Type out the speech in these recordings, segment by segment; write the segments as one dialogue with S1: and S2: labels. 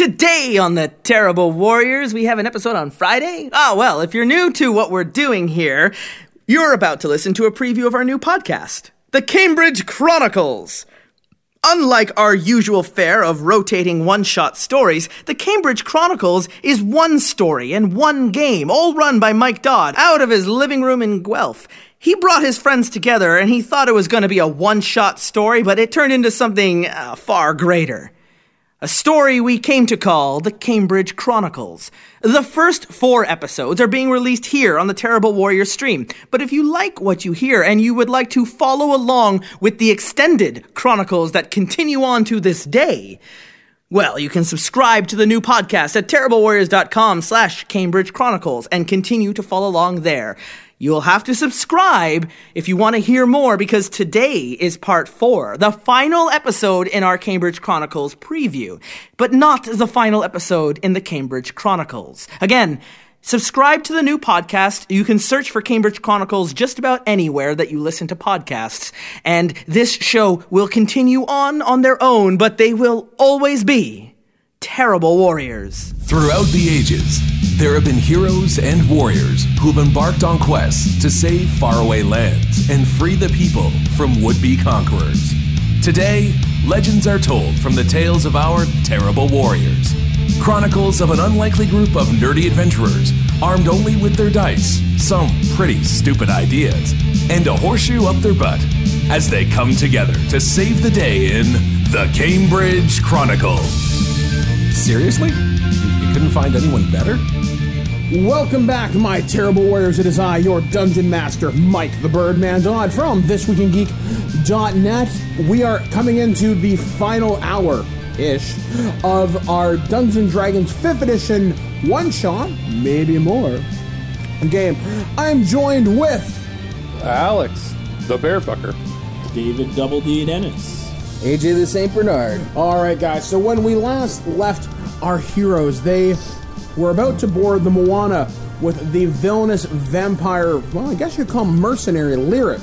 S1: Today on the Terrible Warriors, we have an episode on Friday. Ah, well, if you're new to what we're doing here, you're about to listen to a preview of our new podcast, The Cambridge Chronicles. Unlike our usual fare of rotating one shot stories, the Cambridge Chronicles is one story and one game, all run by Mike Dodd out of his living room in Guelph. He brought his friends together and he thought it was going to be a one shot story, but it turned into something uh, far greater. A story we came to call the Cambridge Chronicles. The first four episodes are being released here on the Terrible Warrior stream. But if you like what you hear and you would like to follow along with the extended chronicles that continue on to this day, well, you can subscribe to the new podcast at terriblewarriors.com slash Cambridge Chronicles and continue to follow along there. You'll have to subscribe if you want to hear more because today is part four, the final episode in our Cambridge Chronicles preview, but not the final episode in the Cambridge Chronicles. Again, subscribe to the new podcast. You can search for Cambridge Chronicles just about anywhere that you listen to podcasts. And this show will continue on on their own, but they will always be terrible warriors.
S2: Throughout the ages, there have been heroes and warriors who've embarked on quests to save faraway lands and free the people from would be conquerors. Today, legends are told from the tales of our terrible warriors. Chronicles of an unlikely group of nerdy adventurers armed only with their dice, some pretty stupid ideas, and a horseshoe up their butt as they come together to save the day in The Cambridge Chronicles. Seriously? You, you couldn't find anyone better?
S3: Welcome back, my terrible warriors. It is I, your dungeon master, Mike the Birdman Dodd from ThisWeekinGeek.net. We are coming into the final hour ish of our Dungeons Dragons 5th edition one shot, maybe more, game. I'm joined with
S4: Alex, the bear fucker.
S5: David Double D Dennis.
S6: AJ the St. Bernard.
S3: All right, guys. So when we last left our heroes, they were about to board the Moana with the villainous vampire. Well, I guess you'd call him mercenary Lyric,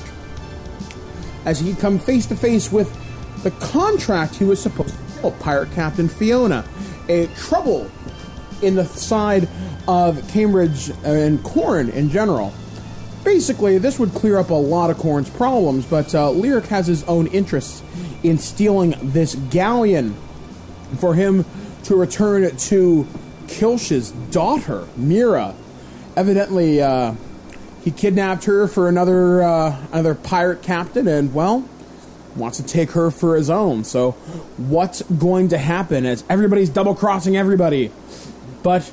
S3: as he'd come face to face with the contract he was supposed to kill, pirate captain Fiona. A trouble in the side of Cambridge and Corn in general. Basically, this would clear up a lot of Corn's problems, but uh, Lyric has his own interests in stealing this galleon for him to return to Kilsh's daughter, Mira. Evidently, uh, he kidnapped her for another uh, another pirate captain, and well, wants to take her for his own. So, what's going to happen? As everybody's double crossing everybody, but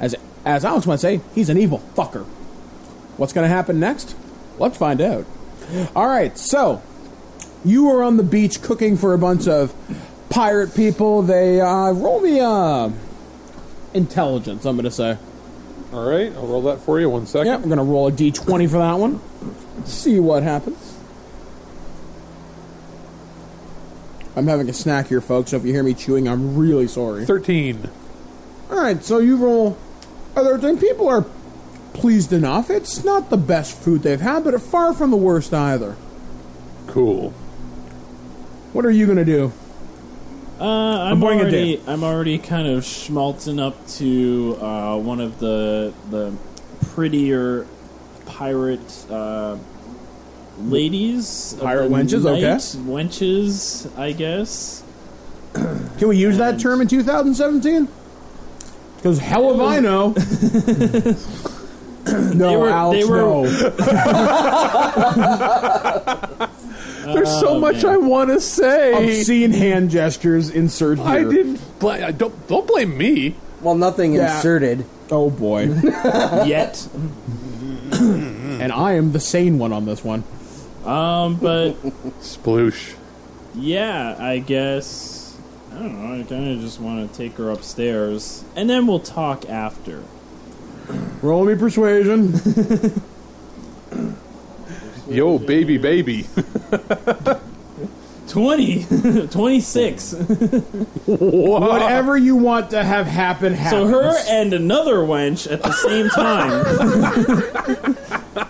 S3: as as Alex might say, he's an evil fucker. What's going to happen next? Let's find out. All right, so you were on the beach cooking for a bunch of pirate people. They uh, roll me uh, intelligence. I'm going to say.
S4: All right, I'll roll that for you. One second.
S3: Yeah, I'm going to roll a d20 for that one. See what happens. I'm having a snack here, folks. So if you hear me chewing, I'm really sorry.
S4: Thirteen.
S3: All right, so you roll. Other than people are pleased enough. It's not the best food they've had, but far from the worst either.
S4: Cool.
S3: What are you going to do?
S5: Uh, I'm,
S3: bringing
S5: already I'm already kind of schmaltzing up to uh, one of the the prettier pirate uh, ladies, of
S3: Pirate
S5: the
S3: wenches,
S5: night.
S3: okay.
S5: wenches, I guess.
S3: Can we use that term in 2017? Because hell if I know. no,
S5: They were-
S3: Alex,
S5: they were-
S3: no.
S4: There's so much I want to say.
S3: Obscene hand gestures insert here.
S4: I didn't. Bl- I don't don't blame me.
S6: Well, nothing
S3: Yeah.
S6: inserted.
S3: Oh boy.
S5: Yet,
S3: and I am the sane one on this one.
S5: um, but
S4: Sploosh.
S5: yeah, I guess I don't know. I kind of just want to take her upstairs, and then we'll talk after.
S3: Roll me persuasion.
S4: Yo, baby, baby.
S5: 20 26
S3: Whatever you want to have happen,
S5: So
S3: happens.
S5: her and another wench at the same time.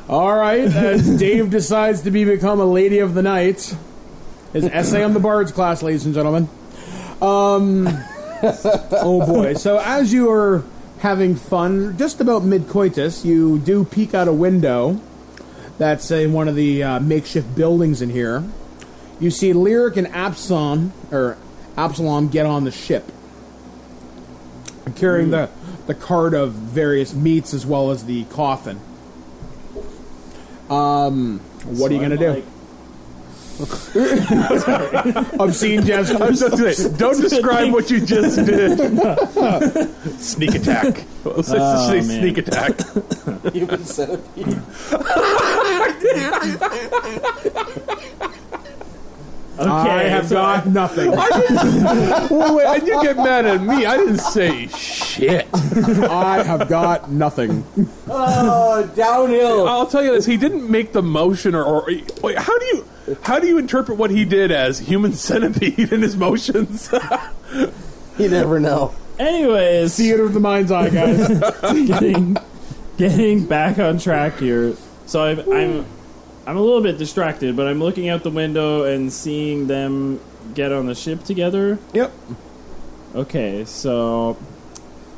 S3: All right, as Dave decides to be become a lady of the night. His essay on the Bard's class, ladies and gentlemen. Um, Oh boy! So as you are having fun, just about mid coitus, you do peek out a window. That's in one of the uh, makeshift buildings in here. You see Lyric and Absalom, or Absalom, get on the ship, carrying the the cart of various meats as well as the coffin. Um, what are you gonna do? Obscene gestures.
S4: Don't describe what you just did. sneak attack. Let's just say
S5: man.
S4: sneak attack.
S6: Human centipede.
S5: Okay,
S3: I have
S5: so
S3: got nothing.
S4: Well, wait, and you get mad at me. I didn't say shit.
S3: I have got nothing.
S6: Oh, downhill.
S4: I'll tell you this: he didn't make the motion, or, or wait, how do you how do you interpret what he did as human centipede in his motions?
S6: You never know.
S5: Anyways,
S3: Theater of the mind's eye, guys.
S5: getting getting back on track here. So I've, I'm I'm a little bit distracted, but I'm looking out the window and seeing them get on the ship together.
S3: yep.
S5: Okay, so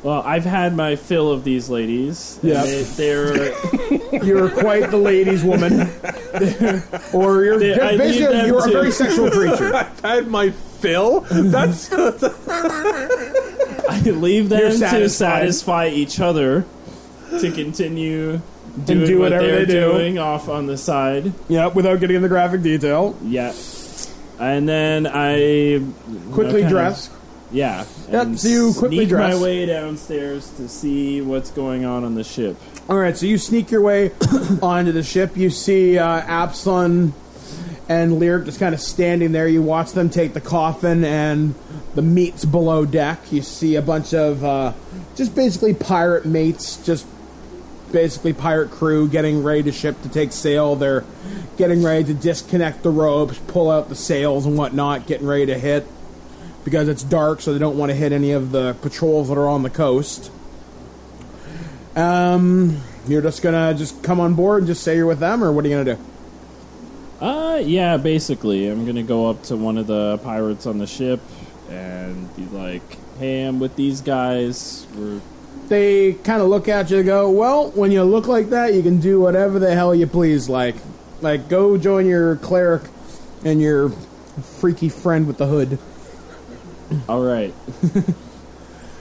S5: well, I've had my fill of these ladies. and
S3: Yeah.
S5: they, they're
S3: You're quite the ladies' woman, or you're
S5: They- I need
S3: basically
S5: them
S3: you're a
S5: to-
S3: very sexual creature.
S4: I've had my fill. That's
S5: I leave them
S3: You're
S5: to
S3: satisfied.
S5: satisfy each other to continue doing
S3: do
S5: what
S3: whatever
S5: they're
S3: they do.
S5: doing off on the side.
S3: yep. Without getting in the graphic detail,
S5: Yeah. And then I
S3: quickly
S5: Okay.
S3: dress.
S5: Yeah.
S3: Yep,
S5: and
S3: so you quickly
S5: sneak
S3: dress.
S5: my way downstairs to see what's going on on the ship.
S3: All right. So you sneak your way onto the ship. You see uh, Absalon and Lyric just kind of standing there. You watch them take the coffin and the meats below deck. You see a bunch of uh, just basically pirate mates, just basically pirate crew getting ready to ship to take sail. They're getting ready to disconnect the ropes, pull out the sails and whatnot, getting ready to hit because it's dark, so they don't want to hit any of the patrols that are on the coast. Um, you're just gonna just come on board and just say you're with them, or what are you gonna do?
S5: Uh, yeah, basically. I'm gonna go up to one of the pirates on the ship and be like, hey, I'm with these guys. We're,
S3: they kind of look at you and go, "Well, when you look like that, you can do whatever the hell you please." Like, like go join your cleric and your freaky friend with the hood.
S5: all right.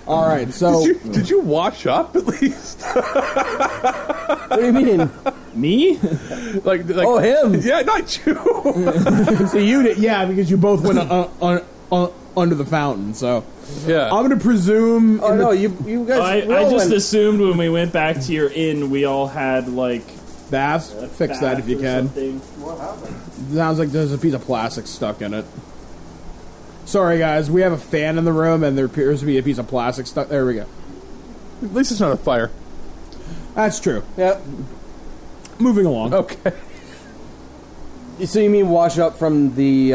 S3: All right, so
S4: did you, did you wash up at least?
S6: What do you mean?
S5: Me?
S4: like, like
S6: Oh, him.
S4: Yeah, not you.
S3: so you did, yeah, because you both went uh, uh, uh, under the fountain. So
S4: yeah.
S3: I'm gonna presume.
S6: Oh
S3: in the-
S6: no, you you guys.
S5: I, I
S6: rolling.
S5: just assumed when we went back to your inn, we all had, like,
S3: that's
S5: a
S3: fix that
S5: bath
S3: if you
S5: or
S3: can.
S5: something.
S3: Sounds like there's a piece of plastic stuck in it. Sorry guys, we have a fan in the room and there appears to be a piece of plastic stuck. There we go.
S4: at least it's not a fire.
S3: That's true.
S6: Yep.
S3: Moving along.
S4: Okay.
S6: So you mean wash up from the?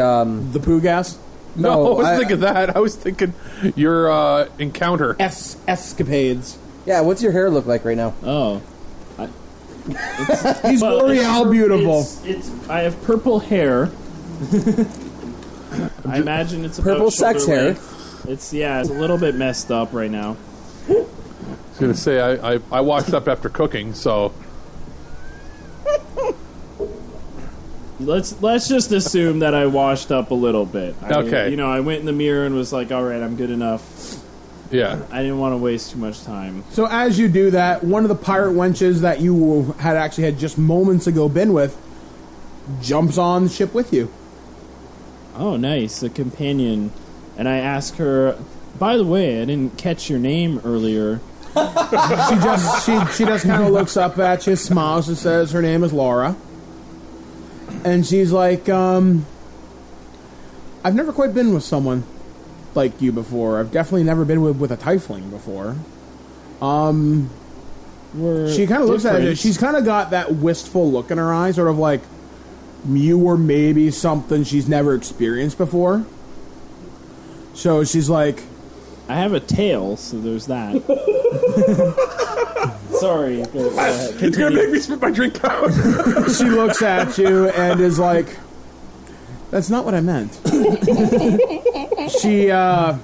S6: Um,
S3: The poo gas.
S4: No,
S6: No,
S4: I wasn't
S6: I-
S4: thinking that. I was thinking your uh, encounter.
S3: es- escapades.
S6: yeah. What's your hair look like right now?
S5: Oh.
S3: He's
S5: Well, it's
S3: L'Oreal
S5: pur-
S3: beautiful.
S5: It's, it's- I have purple hair. I imagine it's about
S6: Purple sex
S5: shoulder
S6: hair.
S5: length. It's yeah, it's a little bit messed up right now.
S4: I was gonna say I, I, I washed up after cooking, so
S5: Let's let's just assume that I washed up a little bit. I,
S4: Okay.
S5: you know, I went in the mirror and was like, "All right, I'm good enough."
S4: yeah.
S5: I didn't want to waste too much time.
S3: So as you do that, one of the pirate wenches that you had actually had just moments ago been with jumps on the ship with you.
S5: Oh, nice, a companion. And I ask her, "By the way, I didn't catch your name earlier."
S3: She just she she just kind of looks up at you, smiles, and says her name is Laura. And she's like, um, I've never quite been with someone like you before. I've definitely never been with with a tiefling before.
S5: We're
S3: She kind of looks at you.
S5: different.
S3: She's kind of got that wistful look in her eyes, sort of like you were maybe something she's never experienced before. So she's like,
S5: I have a tail, so there's that. Sorry. go- go ahead.
S4: It's gonna make me spit my drink out.
S3: she looks at you and is like, "That's not what I meant." she uh,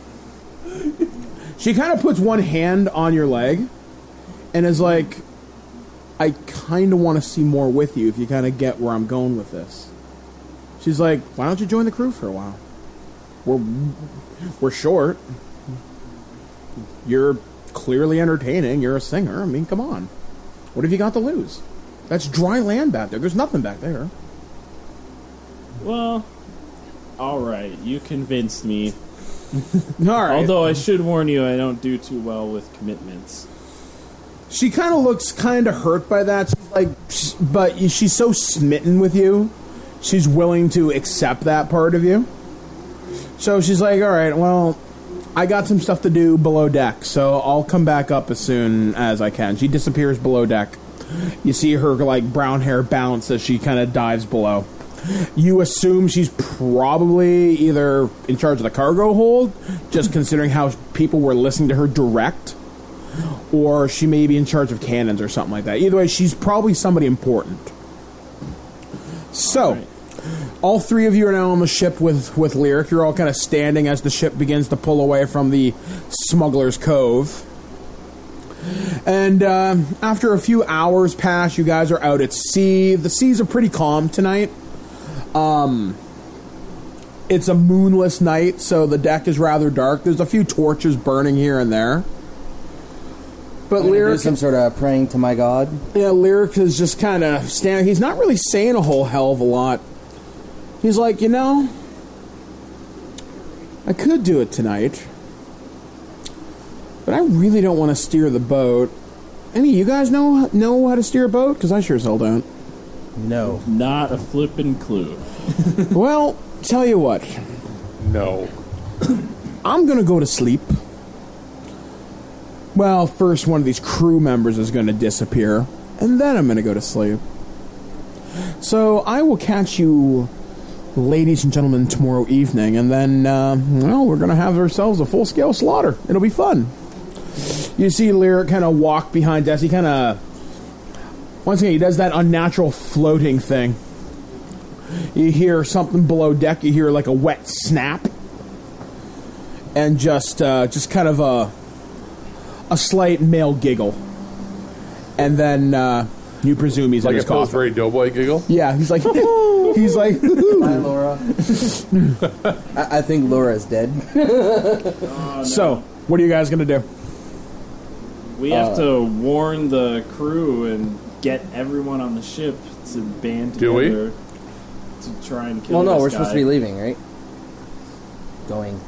S3: She kind of puts one hand on your leg and is like, I kind of want to see more with you if you kind of get where I'm going with this. She's like, why don't you join the crew for a while? We're, we're short. You're clearly entertaining. You're a singer. I mean, come on. What have you got to lose? That's dry land back there. There's nothing back there.
S5: Well, all right. You convinced me.
S3: All right.
S5: Although I should warn you, I don't do too well with commitments.
S3: She kind of looks kind of hurt by that. She's like, "Psh," but she's so smitten with you, she's willing to accept that part of you. So she's like, all right, well, I got some stuff to do below deck, so I'll come back up as soon as I can. She disappears below deck. You see her like brown hair bounce as she kind of dives below. You assume she's probably either in charge of the cargo hold, just considering how people were listening to her direct or she may be in charge of cannons or something like that. Either way, she's probably somebody important. So, all, three of you are now on the ship with with Lyric. You're all kind of standing as the ship begins to pull away from the Smuggler's Cove. And uh, after a few hours pass, you guys are out at sea. The seas are pretty calm tonight. Um, it's a moonless night, so the deck is rather dark. There's a few torches burning here and there. But
S6: Do
S3: Lyric
S6: some sort of praying to my god.
S3: yeah, Lyric is just kind of standing. He's not really saying a whole hell of a lot. He's like, you know, I could do it tonight, but I really don't want to steer the boat. Any of you guys know know how to steer a boat? Because I sure as hell don't.
S6: No.
S5: Not a flippin' clue.
S3: well, tell you what,
S4: No.
S3: I'm gonna go to sleep. Well, first one of these crew members is gonna disappear, and then I'm gonna go to sleep. So I will catch you, ladies and gentlemen, tomorrow evening, and then uh, well, we're gonna have ourselves a full-scale slaughter. It'll be fun. You see, Lyric kind of walk behind Des. He kind of once again he does that unnatural floating thing. You hear something below deck. You hear like a wet snap and just uh, just kind of a a slight male giggle, and then uh, you presume he's in
S4: Like a
S3: his coffin.
S4: Pillsbury Doughboy giggle?
S3: Yeah, he's like he's like
S6: Hi, Laura. I, I think Laura is dead.
S3: so. What are you guys gonna do?
S5: We have
S6: Uh.
S5: to warn the crew and get everyone on the ship to band
S4: Do we?
S5: together to try and kill.
S6: well, no,
S5: this
S6: we're
S5: guy.
S6: supposed to be leaving, right? Going.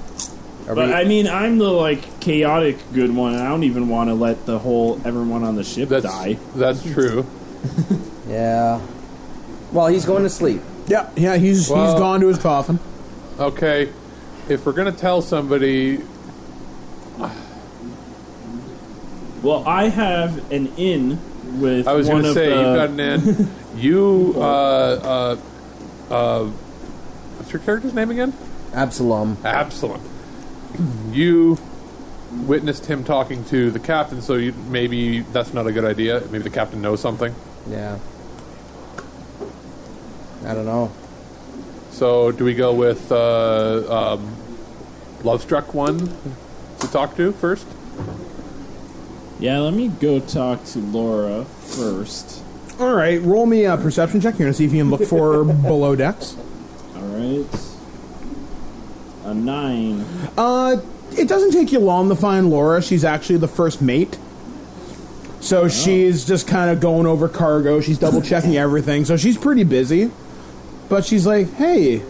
S6: Are
S5: But
S6: we,
S5: I mean, I'm the like chaotic good one. and I don't even want to let the whole everyone on the ship
S4: That's
S5: die.
S4: that's true.
S6: yeah. Well, he's going to sleep.
S3: Yeah, yeah, he's
S4: Well-
S3: he's gone to his coffin.
S4: Okay, if we're gonna tell somebody,
S5: Well, I have an in with
S4: I was
S5: one
S4: gonna
S5: of
S4: say
S5: the.
S4: you've gotten in. you, uh, uh, uh, what's your character's name again?
S6: Absalom.
S4: Absalom. You witnessed him talking to the captain, so you, maybe that's not a good idea. Maybe the captain knows something.
S6: Yeah. I don't know.
S4: So do we go with uh, um, love struck one to talk to first?
S5: yeah, let me go talk to Laura first.
S3: All right, roll me a perception check here to see if you can look for below decks.
S5: All right. A nine.
S3: Uh, it doesn't take you long to find Laura. She's actually the first mate. So she's just kind of going over cargo. She's double checking everything. So she's pretty busy. But she's like, hey,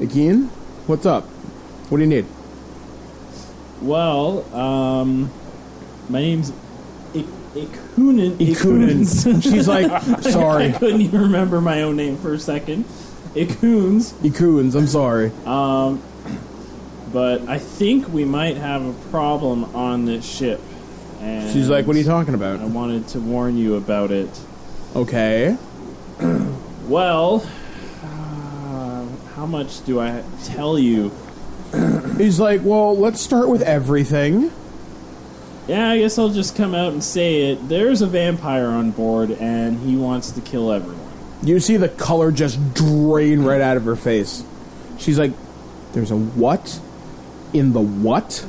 S3: again, what's up? What do you need?
S5: Well, um, my name's Ik- Ikunin. Ikunin.
S3: She's like,
S5: I
S3: sorry,
S5: couldn't even remember my own name for a second. Ikuns.
S3: Ikuns, I'm sorry.
S5: But I think we might have a problem on this ship. And
S3: She's like, what are you talking
S5: I
S3: about?
S5: wanted to warn you about it.
S3: Okay.
S5: Well, uh, how much do I tell you?
S3: He's like, well, let's start with everything.
S5: Yeah, I guess I'll just come out and say it. There's a vampire on board, and he wants to kill everyone.
S3: You see the color just drain right out of her face. She's like, "There's a what in the what?"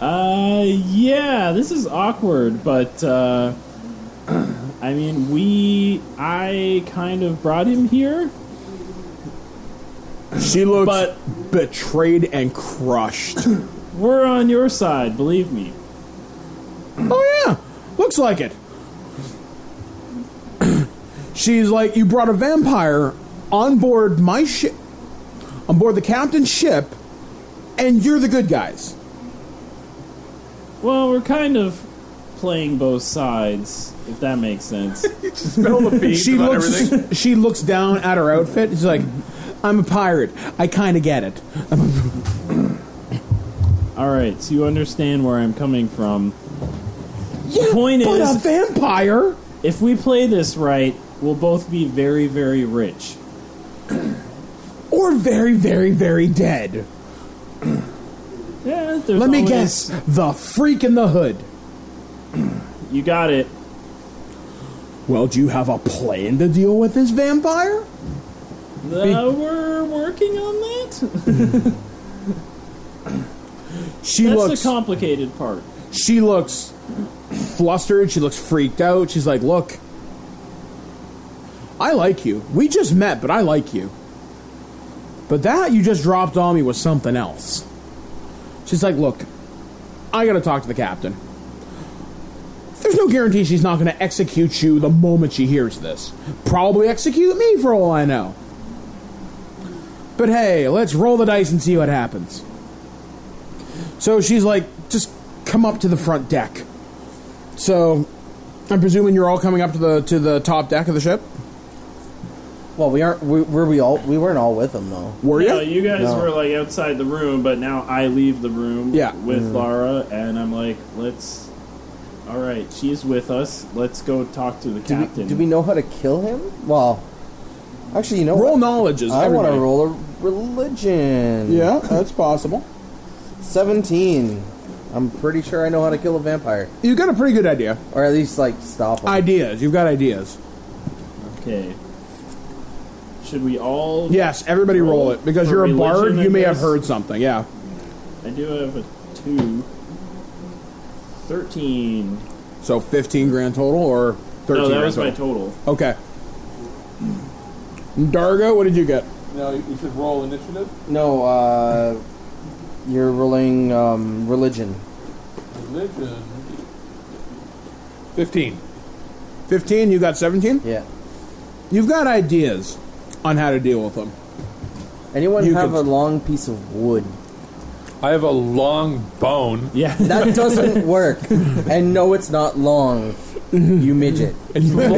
S5: Uh, yeah, this is awkward, but uh, I mean, we, I kind of brought him here,
S3: She looks
S5: But-
S3: betrayed and crushed.
S5: We're on your side, believe me.
S3: oh yeah, looks like it. She's like, you brought a vampire on board my ship, on board the captain's ship, and you're the good guys.
S5: Well, we're kind of playing both sides, if that makes sense.
S4: Spill the beans
S3: She
S4: about
S3: looks.
S4: everything.
S3: She looks down at her outfit. She's like, "I'm a pirate. I kind of get it."
S5: All right, so you understand where I'm coming from. The point
S3: but
S5: is-
S3: a vampire.
S5: If we play this right, we'll both be very, very rich.
S3: or very, very, very dead.
S5: Yeah, there's
S3: Let me
S5: always-
S3: guess, the freak in the hood.
S5: You got it.
S3: Well, do you have a plan to deal with this vampire?
S5: Uh, we're working on that.
S3: She
S5: That's
S3: looks.
S5: the complicated part.
S3: she looks flustered. She looks freaked out. She's like, "Look, I like you. We just met, but I like you. But that you just dropped on me was something else." She's like, "Look, I gotta talk to the captain. There's no guarantee she's not gonna execute you the moment she hears this. Probably execute me for all I know. But hey, let's roll the dice and see what happens." So she's like, just come up to the front deck. So I'm presuming you're all coming up to the to the top deck of the ship.
S6: Well, we aren't. We, were we all? We weren't all with them though.
S3: Were
S5: No,
S3: you?
S5: you guys
S6: No.
S5: were like outside the room, but now I leave the room
S3: Yeah.
S5: with Lara, and I'm like, let's. All right, she's with us. Let's go talk to the
S6: Do we,
S5: captain.
S6: do we know how to kill him? Well, actually, you know
S3: Roll
S6: what?
S3: knowledges.
S6: I want to
S3: everybody.
S6: roll a religion.
S3: Yeah, that's possible.
S6: seventeen. I'm pretty sure I know how to kill a vampire,
S3: You've got a pretty good idea.
S6: or at least like stop him.
S3: Ideas. You've got ideas.
S5: Okay. Should we all?
S3: Yes, everybody roll it because
S5: For
S3: you're a
S5: religion,
S3: bard.
S5: I
S3: You may have
S5: guess?
S3: heard something. Yeah.
S5: I do have a two. Thirteen.
S3: So 15 grand total or 13
S5: No, that
S3: grand
S5: was my
S3: total.
S5: total.
S3: okay. Dargo, what did you get?
S4: No, you you should roll initiative.
S6: No, uh, you're rolling um, religion.
S4: Religion. Fifteen.
S3: 15. You got 17.
S6: Yeah.
S3: You've got ideas on how to deal with them.
S6: Anyone
S3: You
S6: have
S3: could-
S6: a long piece of wood?
S4: I have a long bone.
S5: Yeah.
S6: That doesn't work. And no, it's not long. You midget.
S4: But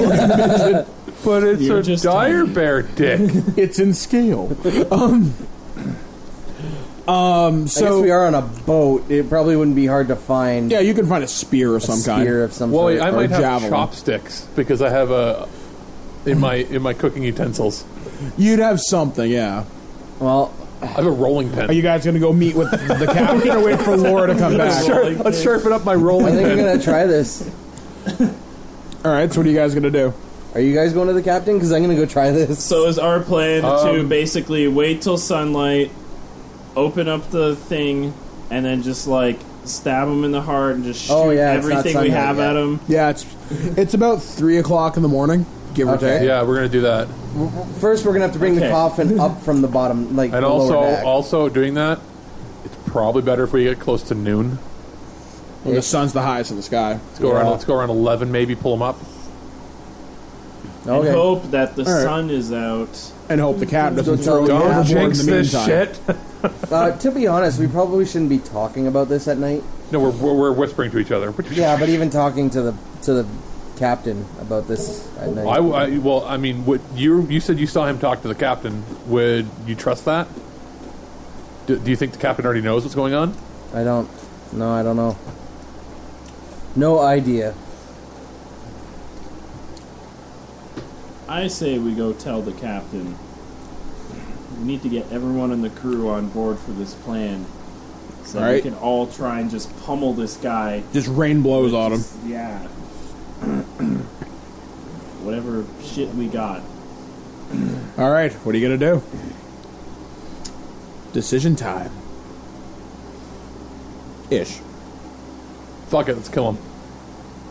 S4: it's
S5: You're
S4: a
S5: just
S4: dire
S5: tiny.
S4: bear dick.
S3: It's in scale. um, um,
S6: I guess
S3: so
S6: we are on a boat. It probably wouldn't be hard to find
S3: yeah, you can find a spear of
S6: a
S3: some
S6: spear
S3: kind.
S6: of some
S4: well,
S6: sort.
S4: I
S3: or
S4: might have
S3: javelin.
S4: chopsticks because I have a in my in my cooking utensils.
S3: You'd have something, yeah.
S6: well,
S4: I have a rolling
S3: Are
S4: pin.
S3: you guys gonna go meet with the captain or wait for Laura to come back?
S4: Sure, let's sharpen up my
S6: I
S4: rolling
S6: think I'm
S4: pin.
S6: gonna try this.
S3: All right, so what are you guys gonna do?
S6: Are you guys going to the captain? Because I'm gonna go try this.
S5: So is our plan to
S6: Um,
S5: basically wait till sunlight, open up the thing, and then just like stab him in the heart and just shoot
S6: Oh, yeah, it's not
S5: everything we
S6: sunlight
S5: have
S6: yet.
S5: at him?
S3: Yeah, it's it's about three o'clock in the morning, give or
S6: Okay.
S3: take.
S4: Yeah, we're gonna do that.
S6: First, we're gonna have to bring the
S5: Okay.
S6: coffin up from the bottom, like
S4: And
S6: the
S4: also,
S6: lower deck.
S4: also doing that, it's probably better if we get close to noon.
S3: When the sun's the highest in the sky.
S4: Let's go around. Let's go around eleven, maybe pull them up.
S5: And
S6: okay.
S5: hope that the
S3: right.
S5: sun is out.
S3: And hope the cat doesn't
S6: Don't
S3: throw you
S6: Yeah,
S4: Don't
S6: we're
S3: overboard in
S4: jinx
S3: the
S4: this
S3: meantime.
S4: shit.
S6: Uh, to be honest, we probably shouldn't be talking about this at night.
S4: No, we're, we're, we're whispering to each other.
S6: Yeah, but even talking to the to the captain about this at night.
S4: I, I- well, I mean, would you you said you saw him talk to the captain. Would you trust that? Do, do you think the captain already knows what's going on?
S6: I don't. No, I don't know. No idea.
S5: I say we go tell the captain. We need to get everyone in the crew on board for this plan. So
S3: All right.
S5: we can all try and just pummel this guy.
S3: Just rain blows on him.
S5: Yeah. Whatever shit we got.
S3: All right, what are you gonna do? Decision time. Ish.
S4: Fuck it, let's kill him.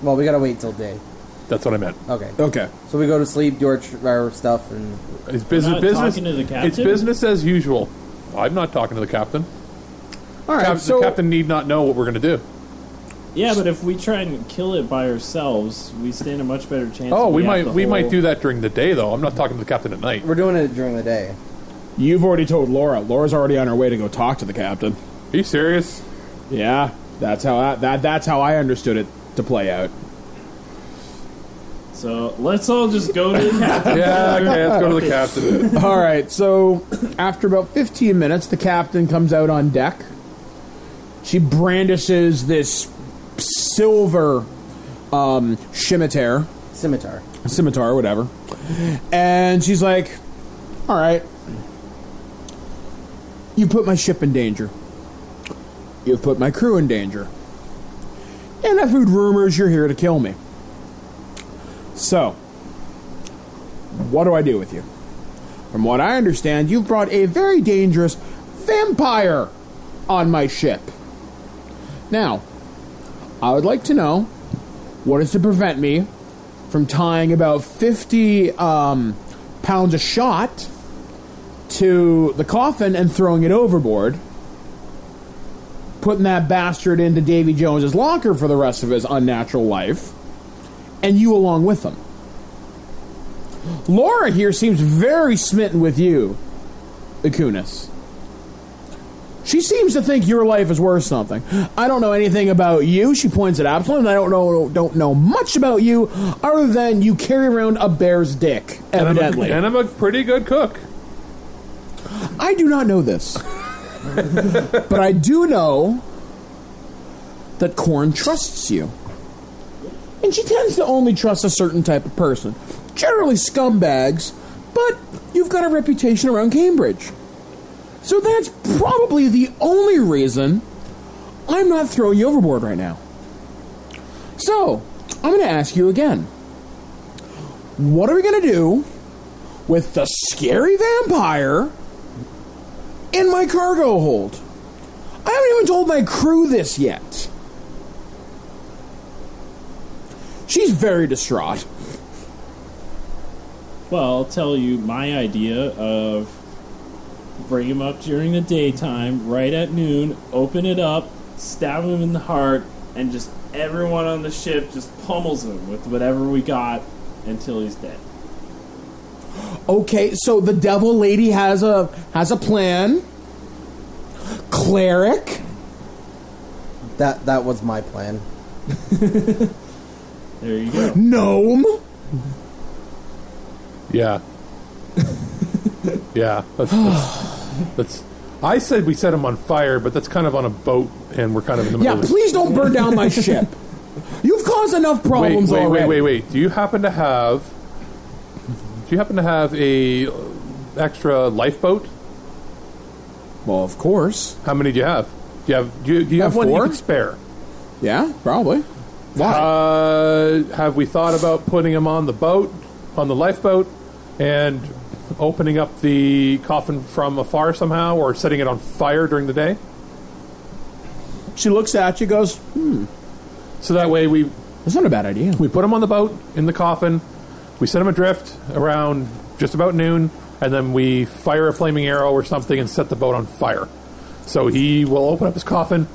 S6: Well, we gotta wait till day.
S4: That's what I meant.
S6: Okay.
S3: Okay.
S6: So we go to sleep, do our, tr- our stuff, and
S4: It's business.
S5: not
S4: business.
S5: talking to the
S4: It's
S5: captain?
S4: business as usual. I'm not talking to the captain.
S3: All right.
S4: Cap-
S3: so
S4: the captain need not know what we're going to do.
S5: Yeah, but if we try and kill it by ourselves, we stand a much better chance.
S4: Oh,
S5: if
S4: we
S5: have
S4: might
S5: the
S4: we might
S5: whole-
S4: do that during the day though. I'm not talking to the captain at night.
S6: we're doing it during the day.
S3: you've already told Laura. Laura's already on her way to go talk to the captain.
S4: Are you serious?
S3: Yeah, that's how I, that that's how I understood it to play out.
S5: So let's all just go to the captain.
S4: Yeah. Okay. Let's go to the captain.
S3: All right. So after about 15 minutes, the captain comes out on deck. She brandishes this silver um, scimitar,
S6: Scimitar.
S3: scimitar, whatever, and she's like, "All right, you put my ship in danger. You've put my crew in danger, and I've heard rumors you're here to kill me. So, what do I do with you?" From what I understand, you've brought a very dangerous vampire on my ship. Now, I would like to know what is to prevent me from tying about 50 um, pounds a shot to the coffin and throwing it overboard, putting that bastard into Davy Jones's locker for the rest of his unnatural life, and you along with him. Laura here seems very smitten with you, Akunis. She seems to think your life is worth something. I don't know anything about you. She points at Absalom. and I don't know don't know much about you other than you carry around a bear's dick.
S4: And I'm, a,
S3: Evidently,
S4: and I'm a pretty good cook.
S3: I do not know this, but I do know that Corn trusts you, and she tends to only trust a certain type of person, generally scumbags. But you've got a reputation around Cambridge, so that's probably the only reason I'm not throwing you overboard right now. So I'm going to ask you again: What are we going to do with the scary vampire? in my cargo hold. I haven't even told my crew this yet. She's very distraught.
S5: Well, I'll tell you my idea of bring him up during the daytime, right at noon, open it up, stab him in the heart, and just everyone on the ship just pummels him with whatever we got until he's dead.
S3: Okay, so the devil lady has a has a plan. Cleric.
S6: That that was my plan.
S5: There you go.
S3: Gnome.
S4: Yeah. yeah. That's, that's, that's. I said we set him on fire, but that's kind of on a boat, and we're kind of in the
S3: Yeah,
S4: middle. of-
S3: please don't burn down my ship. You've caused enough
S4: Wait,
S3: problems
S4: wait,
S3: already.
S4: wait, wait, wait. Do you happen to have? Do you happen to have a uh, extra lifeboat?
S3: Well, of course.
S4: How many do you have? Do you have? Do you, do you
S3: Have
S4: have, one that you
S3: four?
S4: can spare?
S3: Yeah, probably. Why?
S4: Uh, have we thought about putting him on the boat, on the lifeboat, and opening up the coffin from afar somehow, or setting it on fire during the day?
S3: she looks at you, goes,
S4: So that way we
S3: "That's not a bad idea."
S4: we put him on the boat in the coffin, we set him adrift around just about noon, and then we fire a flaming arrow or something and set the boat on fire. So he will open up his coffin,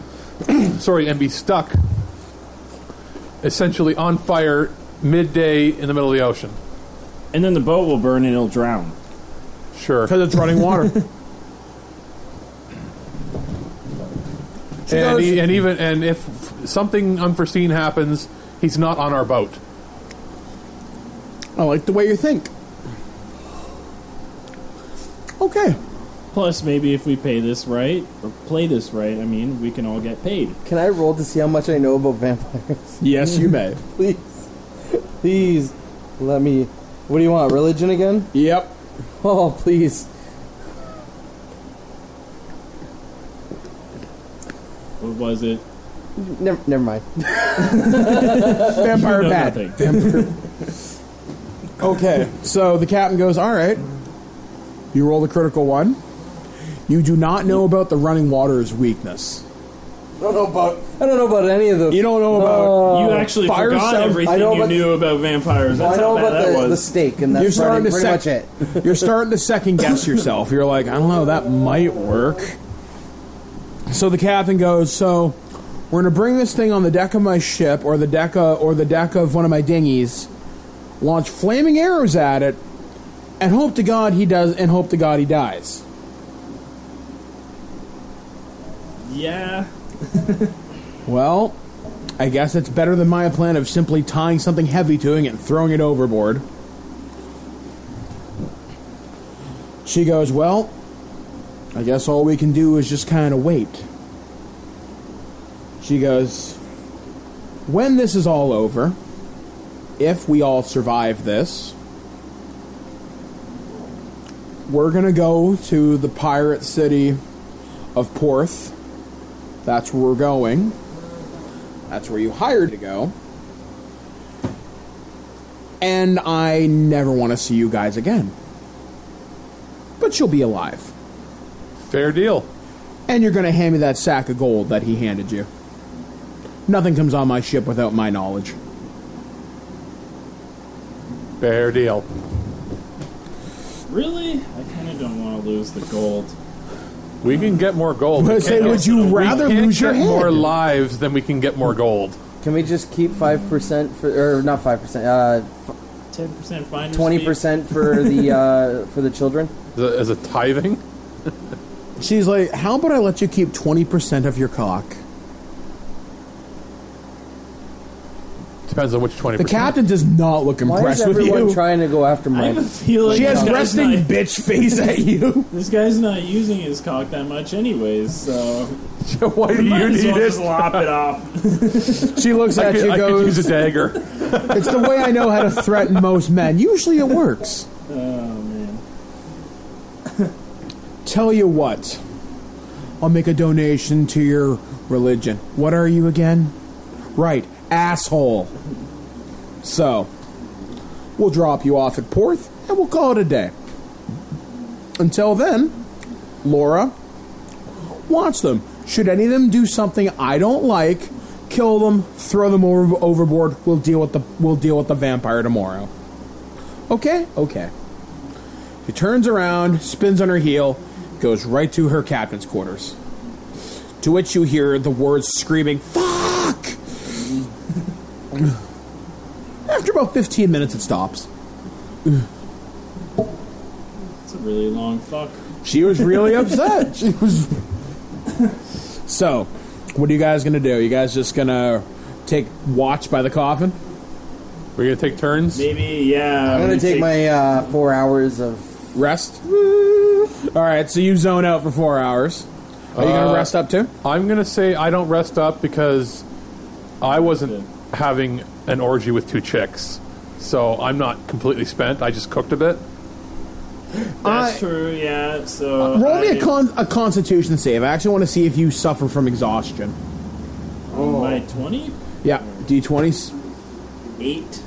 S4: sorry, and be stuck essentially on fire midday in the middle of the ocean.
S5: And then the boat will burn and he'll drown.
S4: Sure.
S3: Because it's running water.
S4: and,
S3: goes-
S4: e- and even and if something unforeseen happens, he's not on our boat.
S3: I like the way you think. Okay.
S5: Plus, maybe if we pay this right, or play this right, I mean, we can all get paid.
S6: Can I roll to see how much I know about vampires?
S3: Yes, you may.
S6: Please, please, let me. What do you want? Religion again?
S3: Yep.
S6: Oh, please.
S5: What was it?
S6: Never, never mind.
S3: Vampire
S5: No,
S3: bad.
S5: nothing.
S3: Okay. So the captain goes, All right. You roll the critical one. You do not know about the running water's weakness.
S6: don't know about. I don't know about any of the.
S3: You don't know about-
S5: you actually
S3: fire
S5: forgot
S3: some-
S5: everything
S6: Uh, I know
S5: you
S6: about-
S5: knew about vampires.
S6: I
S5: That's
S6: know
S5: how bad
S6: about
S5: that
S6: the, the
S5: was.
S6: steak, and that's
S3: You're starting
S6: pretty,
S3: to
S6: pretty much
S3: sec-
S6: it.
S3: You're starting to second guess yourself. You're like, I don't know, that might work. So the captain goes, so we're gonna bring this thing on the deck of my ship or the deck of, or the deck of one of my dinghies, launch flaming arrows at it, and hope to God he does, and hope to God he dies.
S5: yeah.
S3: Well, I guess it's better than my plan of simply tying something heavy to it and throwing it overboard. She goes, Well, I guess all we can do is just kind of wait. She goes, When this is all over, if we all survive this, we're going to go to the pirate city of Porth. That's where we're going. That's where you hired to go. And I never want to see you guys again. But you'll be alive.
S4: Fair deal.
S3: And you're going to hand me that sack of gold that he handed you. Nothing comes on my ship without my knowledge.
S4: Fair deal.
S5: Really? I kind of don't want to lose the gold.
S4: We can get more gold.
S3: I
S4: We
S3: say,
S4: can't-
S3: would you
S4: we
S3: rather
S4: can't
S3: lose your
S4: get
S3: head?
S4: more lives than we can get more gold?
S6: Can we just keep five percent for, or not five percent, uh,
S5: Ten percent finder's
S6: twenty
S5: fee?
S6: percent for the uh, for the children?
S4: The- As a tithing?
S3: She's like, How about I let you keep 20% of your cock?
S4: Depends on which 20%.
S3: The captain does not look
S6: Why is
S3: impressed with
S6: everyone
S3: you.
S6: trying to go after
S5: I have
S6: my?
S5: a feeling
S3: she has
S5: this guy's
S3: resting
S5: not-
S3: bitch face at you.
S5: This guy's not using his cock that much, anyways. So
S4: Why do
S5: might
S4: you
S5: as
S4: need
S5: well just
S4: it?
S5: lop it off.
S3: She looks
S4: I
S3: at
S4: could,
S3: you
S4: I could
S3: goes,
S4: use a dagger.
S3: It's the way I know how to threaten most men. Usually it works.
S5: Oh man.
S3: Tell you what, I'll make a donation to your religion. What are you again? Right, asshole. So, we'll drop you off at Porth and we'll call it a day. Until then, Laura, watch them. Should any of them do something I don't like, kill them, throw them over, overboard. We'll deal with the we'll deal with the vampire tomorrow. Okay? Okay. She turns around, spins on her heel, goes right to her captain's quarters. To which you hear the words screaming, Fuck! After about 15 minutes, it stops.
S5: It's a really long fuck.
S3: She was really upset. She was. So, what are you guys gonna do? You guys just gonna take watch by the coffin?
S4: We're going to take turns?
S5: Maybe yeah.
S6: I'm
S5: we
S6: gonna take my uh, four hours of.
S3: Rest? Alright, so you zone out for four hours. Are you gonna
S4: Uh,
S3: rest up too?
S4: I'm going to say I don't rest up because I wasn't having an orgy with two chicks. So I'm not completely spent. I just cooked a bit.
S5: That's
S3: I-
S5: true. Yeah. So
S6: Uh,
S3: Roll me
S5: I-
S3: a, con- a constitution save. I actually want to see if you suffer from exhaustion.
S5: My twenty
S3: Yeah, d20s.
S5: eight.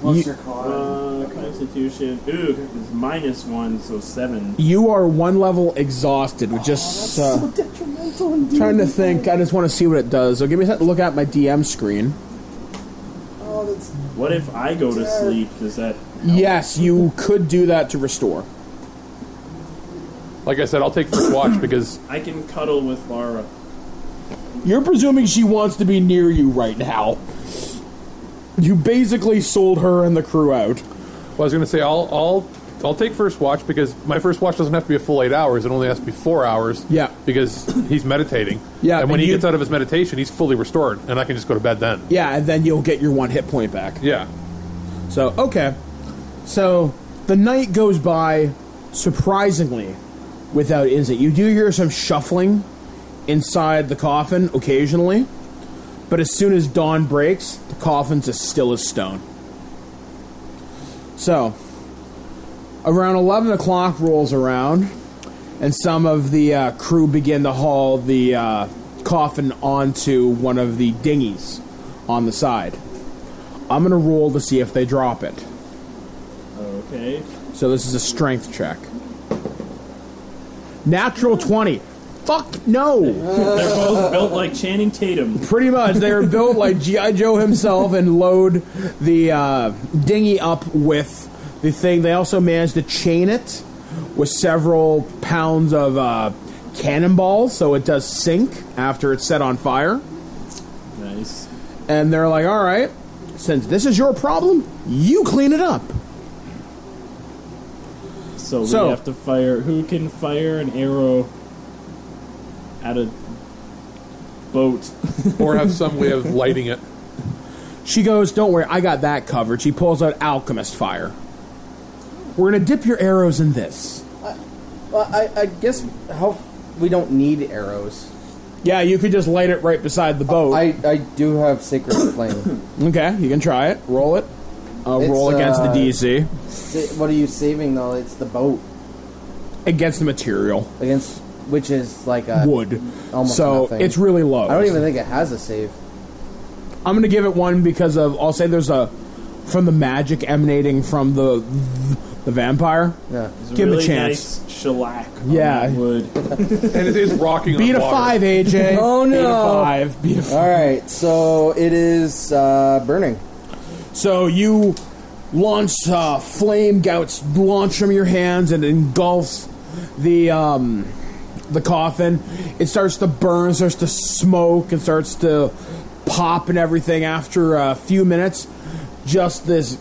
S6: What's
S3: your
S5: Uh, Constitution. Ooh, it's minus one, so seven.
S3: You are one level exhausted, which just. uh,
S6: detrimental and
S3: trying to think. I just want to see what it does. So give me a second to look at my DM screen.
S6: Oh, that's
S5: What if I go to sleep? Does that?
S3: Yes, you could do that to restore.
S4: Like I said, I'll take first watch because
S5: I can cuddle with Laura.
S3: You're presuming she wants to be near you right now. You basically sold her and the crew out.
S4: Well, I was going to say I'll I'll I'll take first watch because my first watch doesn't have to be a full eight hours; it only has to be four hours.
S3: Yeah.
S4: because he's meditating.
S3: Yeah,
S4: and when
S3: and
S4: he
S3: you-
S4: gets out of his meditation, he's fully restored, and I can just go to bed then.
S3: Yeah, and then you'll get your one hit point back.
S4: Yeah,
S3: So, okay. So, the night goes by surprisingly without incident. You do hear some shuffling inside the coffin occasionally, but as soon as dawn breaks, the coffin's as still as stone. So, around 11 o'clock rolls around, and some of the uh, crew begin to haul the uh, coffin onto one of the dinghies on the side. I'm going to roll to see if they drop it.
S5: Okay.
S3: So this is a strength check. Natural 20. Fuck no.
S5: They're both built like Channing Tatum.
S3: Pretty much, they are built like GI Joe himself and load the uh, dinghy up with the thing. They also managed to chain it with several pounds of uh, cannonballs, so it does sink after it's set on fire.
S5: Nice.
S3: And they're like, "All right, since this is your problem, you clean it up."
S5: So,
S3: So-
S5: we have to fire. Who can fire an arrow at a boat?
S4: or have some way of lighting it.
S3: She goes, Don't worry, I got that covered. She pulls out alchemist fire. We're gonna dip your arrows in this.
S6: Well, I, I guess how we don't need arrows.
S3: Yeah, you could just light it right beside the boat.
S6: I, I do have sacred flame.
S3: okay, you can try it. Roll it. Uh,
S6: It's,
S3: roll against
S6: uh,
S3: the DC.
S6: Sa- what are you saving though? It's the boat
S3: Against the material.
S6: against which is like a
S3: Wood.
S6: Almost
S3: so
S6: nothing.
S3: it's really low.
S6: I don't even think it has a save.
S3: I'm gonna give it one because of I'll say there's a from the magic emanating from the the vampire.
S6: Yeah.
S5: It's
S3: Give him a
S5: really
S3: chance.
S5: Nice shellac.
S3: Yeah.
S5: On that wood.
S4: And it is rocking on
S3: Beat a
S4: water.
S3: five, AJ.
S6: Oh,
S3: Beat a
S6: no.
S3: five. Beat a five.
S6: All right, so it is uh, burning.
S3: So you launch uh, flame gouts launch from your hands and engulfs the um, the coffin. It starts to burn, starts to smoke, and starts to pop and everything. After a few minutes, just this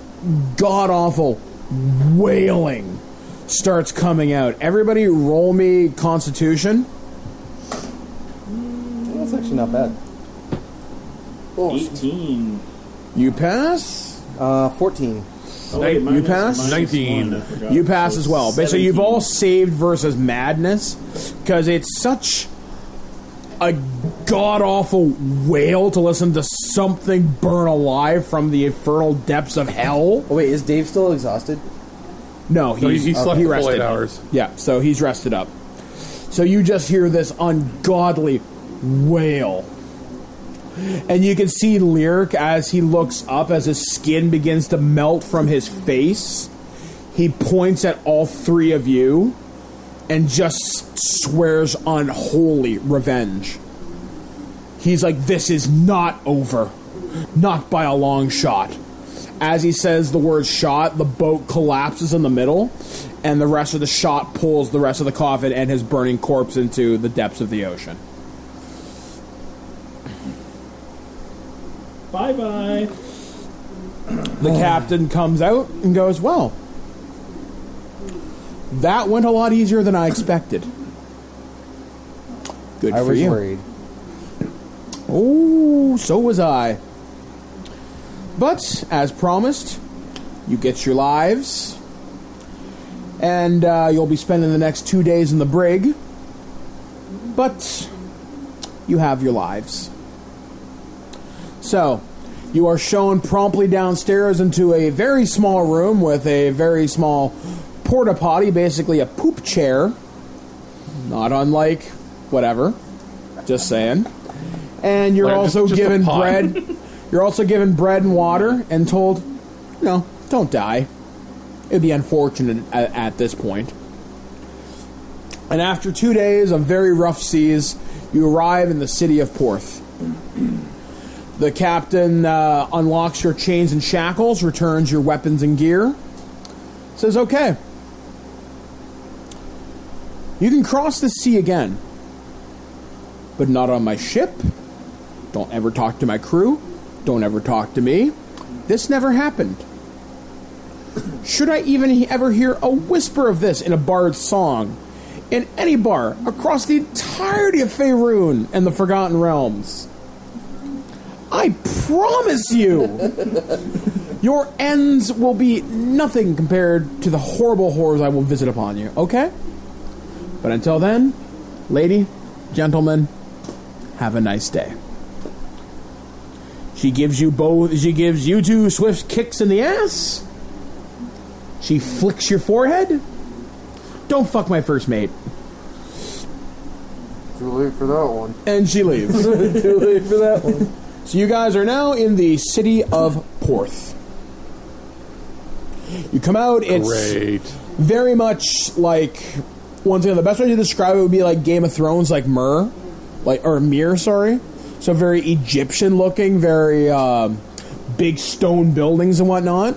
S3: god awful wailing starts coming out. Everybody, roll me Constitution.
S6: That's actually not bad.
S5: 18.
S3: You pass.
S6: Uh, Fourteen.
S5: Oh, wait,
S4: You
S5: minus-
S3: pass?
S5: minus
S4: 19.
S5: one, I forgot.
S3: You pass
S5: So
S3: as well. Basically, you've
S5: 17.
S3: all saved versus madness because it's such a god awful wail to listen to something burn alive from the infernal depths of hell.
S6: Oh wait, is Dave still exhausted?
S3: No, he's,
S4: So he, he
S3: uh,
S4: slept
S3: he
S4: the full
S3: rested.
S4: eight hours.
S3: Yeah, so he's rested up. So you just hear this ungodly wail. And you can see Lyric as he looks up as his skin begins to melt from his face. He points at all three of you and just swears unholy revenge. He's like, This is not over. Not by a long shot. As he says the word shot, the boat collapses in the middle, and the rest of the shot pulls the rest of the coffin and his burning corpse into the depths of the ocean.
S5: Bye bye.
S3: The
S6: Oh.
S3: captain comes out and goes, Well, that went a lot easier than I expected. Good
S6: I
S3: for
S6: was
S3: you.
S6: worried.
S3: Oh, so was I. But as promised, you get your lives, and uh, you'll be spending the next two days in the brig. But you have your lives. So, you are shown promptly downstairs into a very small room with a very small porta potty, basically a poop chair. Not unlike whatever. Just saying. And you're
S4: Like, just-
S3: also
S4: just a
S3: given
S4: pod.
S3: bread. You're also given bread and water and told, no, don't die. It'd be unfortunate at, at this point. And after two days of very rough seas, you arrive in the city of Porth. The captain uh, unlocks your chains and shackles, returns your weapons and gear, says, okay. You can cross the sea again, but not on my ship. Don't ever talk to my crew. Don't ever talk to me. This never happened. Should I even he- ever hear a whisper of this in a bard's song? In any bar across the entirety of Faerun and the Forgotten Realms? I promise you, your ends will be nothing compared to the horrible horrors I will visit upon you, okay? But until then, lady, gentlemen, have a nice day. She gives you both. She gives you two swift kicks in the ass. She flicks your forehead. Don't fuck my first mate.
S6: Too late for that one.
S3: And she leaves.
S6: Too late for that one.
S3: so you guys are now in the city of Porth. You come out. It's
S4: Great.
S3: very much like Once again, the best way to describe it would be like Game of Thrones, like Myrrh, like or Mir, sorry. So very Egyptian looking, very um, big stone buildings and whatnot.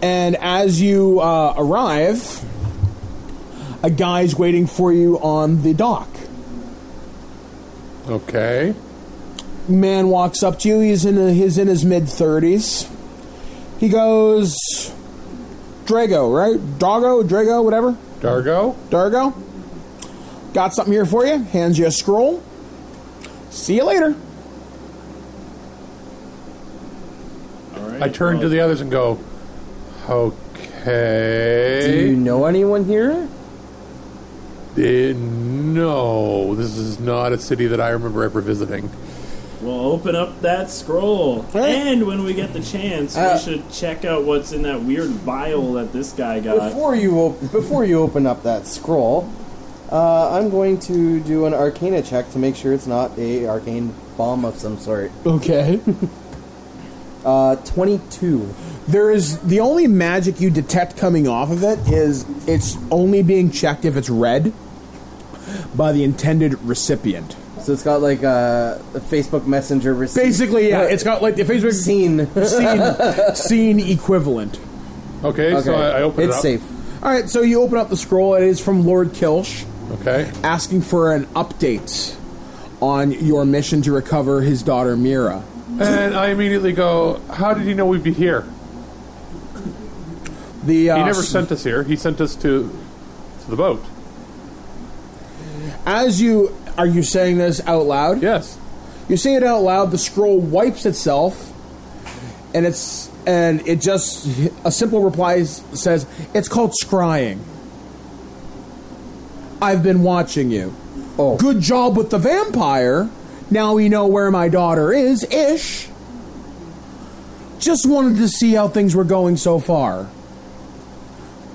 S3: And as you uh, arrive, a guy's waiting for you on the dock.
S4: Okay.
S3: Man walks up to you. He's in he's in his mid thirties. He goes, Drago, right? Doggo, Drago, whatever.
S4: Dargo?
S3: Dargo, got something here for you. Hands you a scroll. See you later.
S5: All right.
S4: I turn to
S5: well,
S4: the others and go, okay.
S6: Do you know anyone here?
S4: Eh, no, this is not a city that I remember ever visiting.
S5: We'll open up that scroll,
S3: All right.
S5: and when we get the chance,
S6: Uh,
S5: we should check out what's in that weird vial that this guy
S3: Uh,
S5: got.
S6: Before you op- before you open up that scroll, uh, I'm going to do an Arcana check to make sure it's not a arcane bomb of some sort.
S3: Okay.
S6: Uh, 22.
S3: there is the only magic you detect coming off of it is it's only being checked if it's read by the intended recipient.
S6: So it's got like uh, a, a Facebook Messenger receipt.
S3: Basically, yeah, it's got like the Facebook
S6: scene.
S3: scene, scene equivalent.
S4: Okay, so I, I open
S6: it's
S4: it up.
S6: safe.
S3: All right, so you open up the scroll. It is from Lord Kilsh,
S4: Okay.
S3: asking for an update on your mission to recover his daughter Mira.
S4: And I immediately go, how did he know we'd be here?
S3: The uh,
S4: He never sent us here. He sent us to to the boat.
S3: as you are you saying this out loud?
S4: Yes.
S3: You say it out loud. The scroll wipes itself, and it's and it just a simple reply s- says it's called scrying. I've been watching you.
S6: Oh.
S3: Good job with the vampire. Now we know where my daughter is. Ish. Just wanted to see how things were going so far.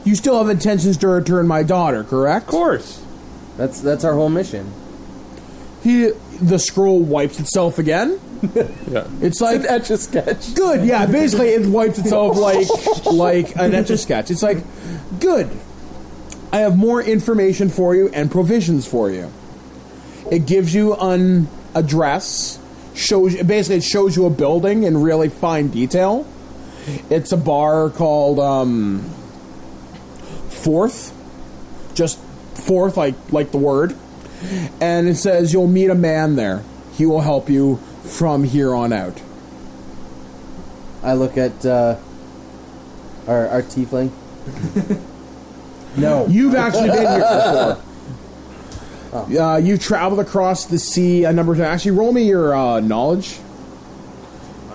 S3: You still have intentions to return my daughter, correct?
S4: Of course.
S6: That's that's our whole mission.
S3: He, the scroll wipes itself again.
S4: Yeah.
S3: It's like
S6: Etch a sketch.
S3: good. Yeah, basically it wipes itself like like an etch a sketch. It's like good. I have more information for you and provisions for you. It gives you an address. Shows basically it shows you a building in really fine detail. It's a bar called um, Fourth, just Fourth, like like the word. And it says you'll meet a man there. He will help you from here on out.
S6: I look at uh, our our tiefling. no.
S3: You've actually been here before. Uh, you traveled across the sea a number of times. Actually, roll me your uh, knowledge.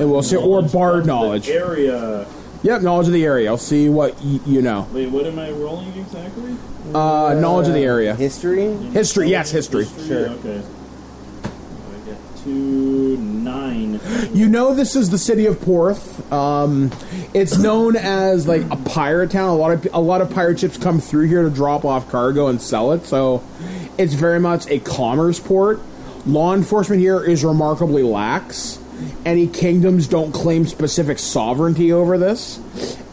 S3: And we'll see, or bard
S5: of the
S3: knowledge.
S5: area.
S3: Yep, knowledge of the area. I'll see what y- you know.
S5: Wait, what am I rolling exactly?
S3: Uh, knowledge of the area.
S6: History.
S3: History, yes, history.
S6: Sure.
S5: Okay. I get two nine.
S3: You know this is the city of Porth. Um, it's known as like a pirate town. A lot of a lot of pirate ships come through here to drop off cargo and sell it. So it's very much a commerce port. Law enforcement here is remarkably lax. Any kingdoms don't claim specific sovereignty over this.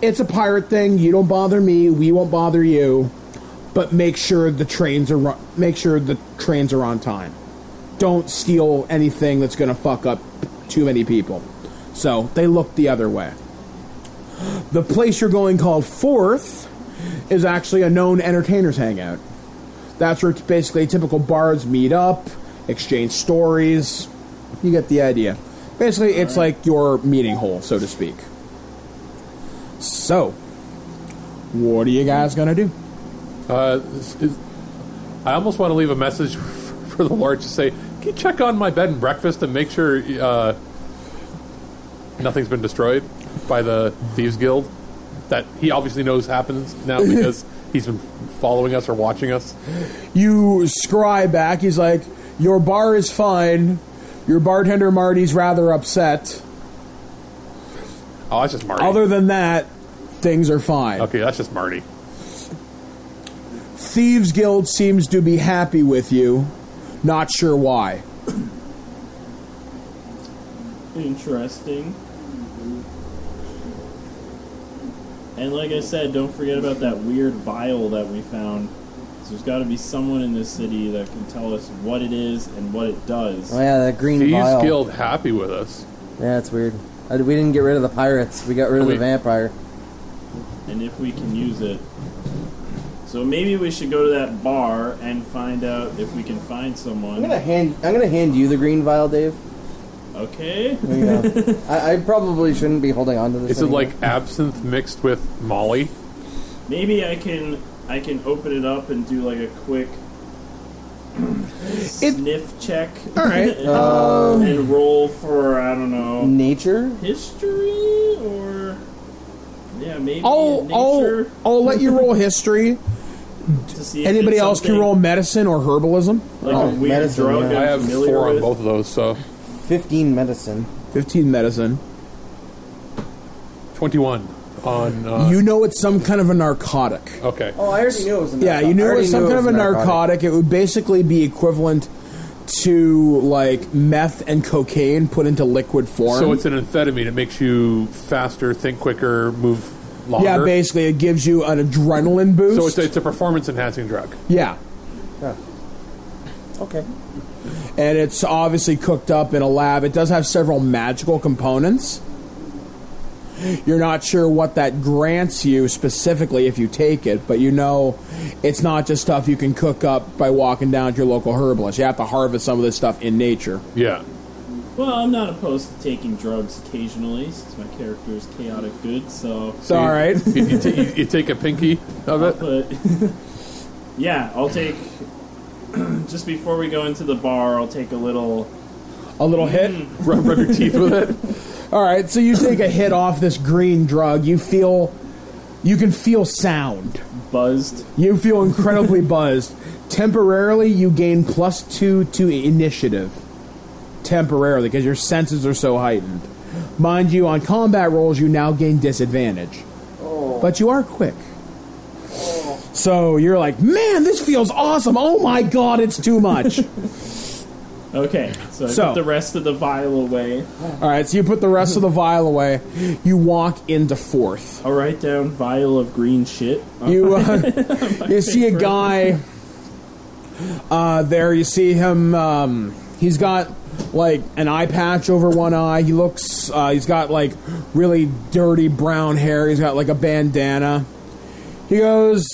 S3: It's a pirate thing. You don't bother me. We won't bother you. But make sure the trains are ru- make sure the trains are on time don't steal anything that's going to fuck up too many people. So they look the other way. The place you're going called Fourth is actually a known entertainers hangout. That's where basically typical bards meet up, exchange stories. You get the idea. Basically, it's like your meeting hole, so to speak. So, what are you guys going to do?
S4: Uh, this is- I almost want to leave a message for the Lord to say, can you check on my bed and breakfast and make sure uh, nothing's been destroyed by the Thieves Guild? That he obviously knows happens now because he's been following us or watching us.
S3: you scry back. He's like, "Your bar is fine. Your bartender Marty's rather upset.
S4: Oh, that's just Marty.
S3: Other than that, things are fine."
S4: okay, that's just Marty.
S3: Thieves Guild seems to be happy with you. Not sure why.
S5: Interesting. And like I said, don't forget about that weird vial that we found. things. There's got to be someone in this city that can tell us what it is and what it does.
S6: Oh yeah, that green
S4: Thieves
S6: vial.
S4: Guild happy with us.
S6: Yeah, it's weird. I, we didn't get rid of the pirates. We got rid of
S4: We-
S6: the vampire.
S5: and if we can use it. So maybe we should go to that bar and find out if we can find
S6: I'm gonna
S5: someone.
S6: hand. I'm gonna hand you the green vial, Dave.
S5: Okay.
S6: There you go. I, I probably shouldn't be holding on to this.
S4: Is it
S6: anymore.
S4: like absinthe mixed with Molly?
S5: Maybe I can I can open it up and do like a quick sniff check. All
S3: right, Um,
S5: and, and roll for I don't know
S6: nature?
S5: history or yeah maybe
S3: I'll, I'll,
S5: nature
S3: I'll let you roll history.
S5: to see if
S3: Anybody
S5: it's
S3: else can
S5: something
S3: roll medicine or herbalism.
S5: like
S6: Oh,
S5: a weird
S6: medicine,
S5: drug. I'm
S6: yeah.
S4: I have
S5: familiar
S4: four on
S5: with.
S4: both of those, so
S6: Fifteen medicine.
S3: 15 medicine.
S4: twenty-one on. Uh,
S3: you know it's some kind of a narcotic.
S4: okay.
S6: Oh, I already knew it was. A
S3: Yeah, you knew it was some kind of a narcotic. It would basically be equivalent to like meth and cocaine put into liquid form.
S4: So it's an amphetamine. It makes you faster, think quicker, move longer.
S3: yeah, basically it gives you an adrenaline boost.
S4: So it's, it's a performance-enhancing drug.
S3: yeah,
S6: Okay.
S3: and it's obviously cooked up in a lab. It does have several magical components. You're not sure what that grants you specifically if you take it, but you know it's not just stuff you can cook up by walking down to your local herbalist. You have to harvest some of this stuff in nature.
S4: Yeah.
S5: Well, I'm not opposed to taking drugs occasionally, since my character is chaotic good. So,
S3: It's all right.
S4: You, you ta- you- you take a pinky of it.
S5: but yeah, I'll take just before we go into the bar. I'll take a little.
S3: A little hit.
S4: Rub, rub your teeth with it.
S3: All right, so you take a hit off this green drug. You feel, you can feel sound.
S5: buzzed.
S3: You feel incredibly buzzed. Temporarily, you gain plus two to initiative. Temporarily, because your senses are so heightened. Mind you, on combat rolls, you now gain disadvantage.
S4: Oh.
S3: But you are quick. So you're like, man, this feels awesome. Oh my god, it's too much.
S5: Okay, so I
S3: So-
S5: put the rest of the vial away.
S3: All right, so you put the rest of the vial away. You walk into fourth.
S5: I'll write down vial of green shit.
S3: You uh, you see a guy uh, there. You see him. Um, he's got like an eye patch over one eye. He looks. Uh, he's got like really dirty brown hair. He's got like a bandana. He goes.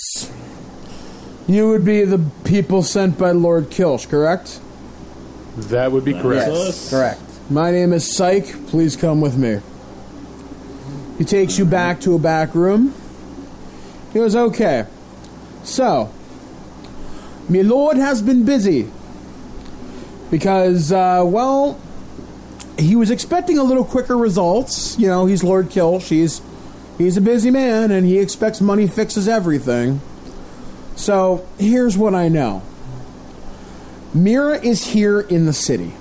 S3: You would be the people sent by Lord Kilsh, correct?
S4: That would be correct.
S6: Yes, correct.
S3: My name is Syke. Please come with me. He takes you back to a back room. He goes, Okay. So, my lord has been busy. Because, uh, well, he was expecting a little quicker results. You know, he's Lord Kill. She's. He's a busy man and he expects money fixes everything. So, here's what I know Mira is here in the city.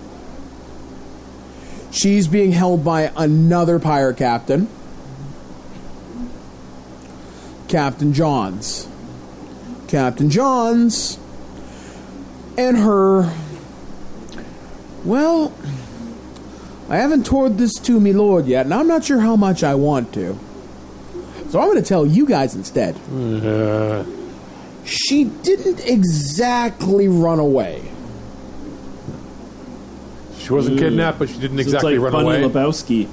S3: She's being held by another pirate captain, Captain Johns. Captain Johns and her. Well, I haven't toured this to me lord yet, and I'm not sure how much I want to. So I'm going to tell you guys instead.
S4: Uh,
S3: She didn't exactly run away.
S4: she wasn't kidnapped, but she didn't exactly
S5: it's like
S4: run away.
S5: Bunny Lebowski.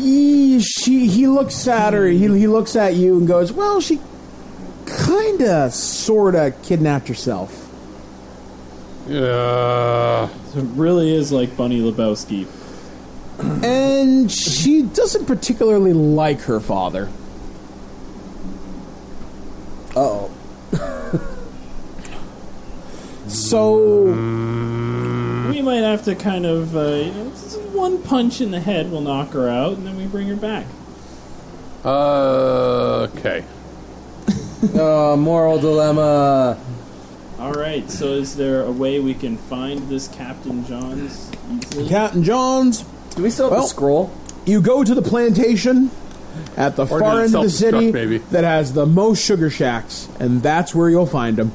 S3: he, she he looks at her he, he looks at you and goes well she kinda sorta kidnapped herself
S4: Uh,
S5: So it really is like Bunny Lebowski.
S3: and she doesn't particularly like her father
S6: Uh oh.
S3: so
S5: We might have to kind of uh, you know, just one punch in the head will knock her out, and then we bring her back.
S4: uh, okay.
S6: Uh, moral dilemma.
S5: All right. So, is there a way we can find this Captain John's? easily?
S3: captain johns
S6: Do we still have
S3: Well-
S6: the scroll?
S3: you go to the plantation at the far
S4: Or did it
S3: end of the city
S4: self-destruct, maybe?
S3: that has the most sugar shacks and that's where you'll find them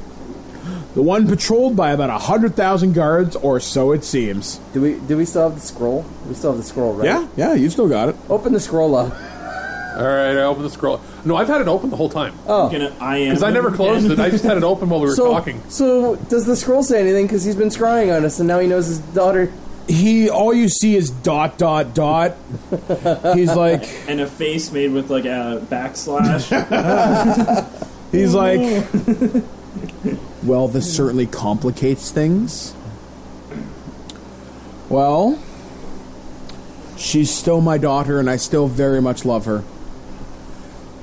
S3: the one patrolled by about 100000 guards or so it seems
S6: Do we? Do we still have the scroll? We still have the scroll, right?
S3: yeah yeah you still got it
S6: Open the scroll up.
S4: All right, I opened the scroll. No, I've had it open the whole time
S5: I'm gonna I am
S4: because I never closed it. I just had it open while we were
S6: So,
S4: talking.
S6: so does the scroll say anything? Because he's been scrying on us, and now he knows his daughter.
S3: He, all you see is dot, dot, dot. He's like,
S5: and a face made with like a backslash.
S3: He's like, well, this certainly complicates things. Well, she's still my daughter, and I still very much love her.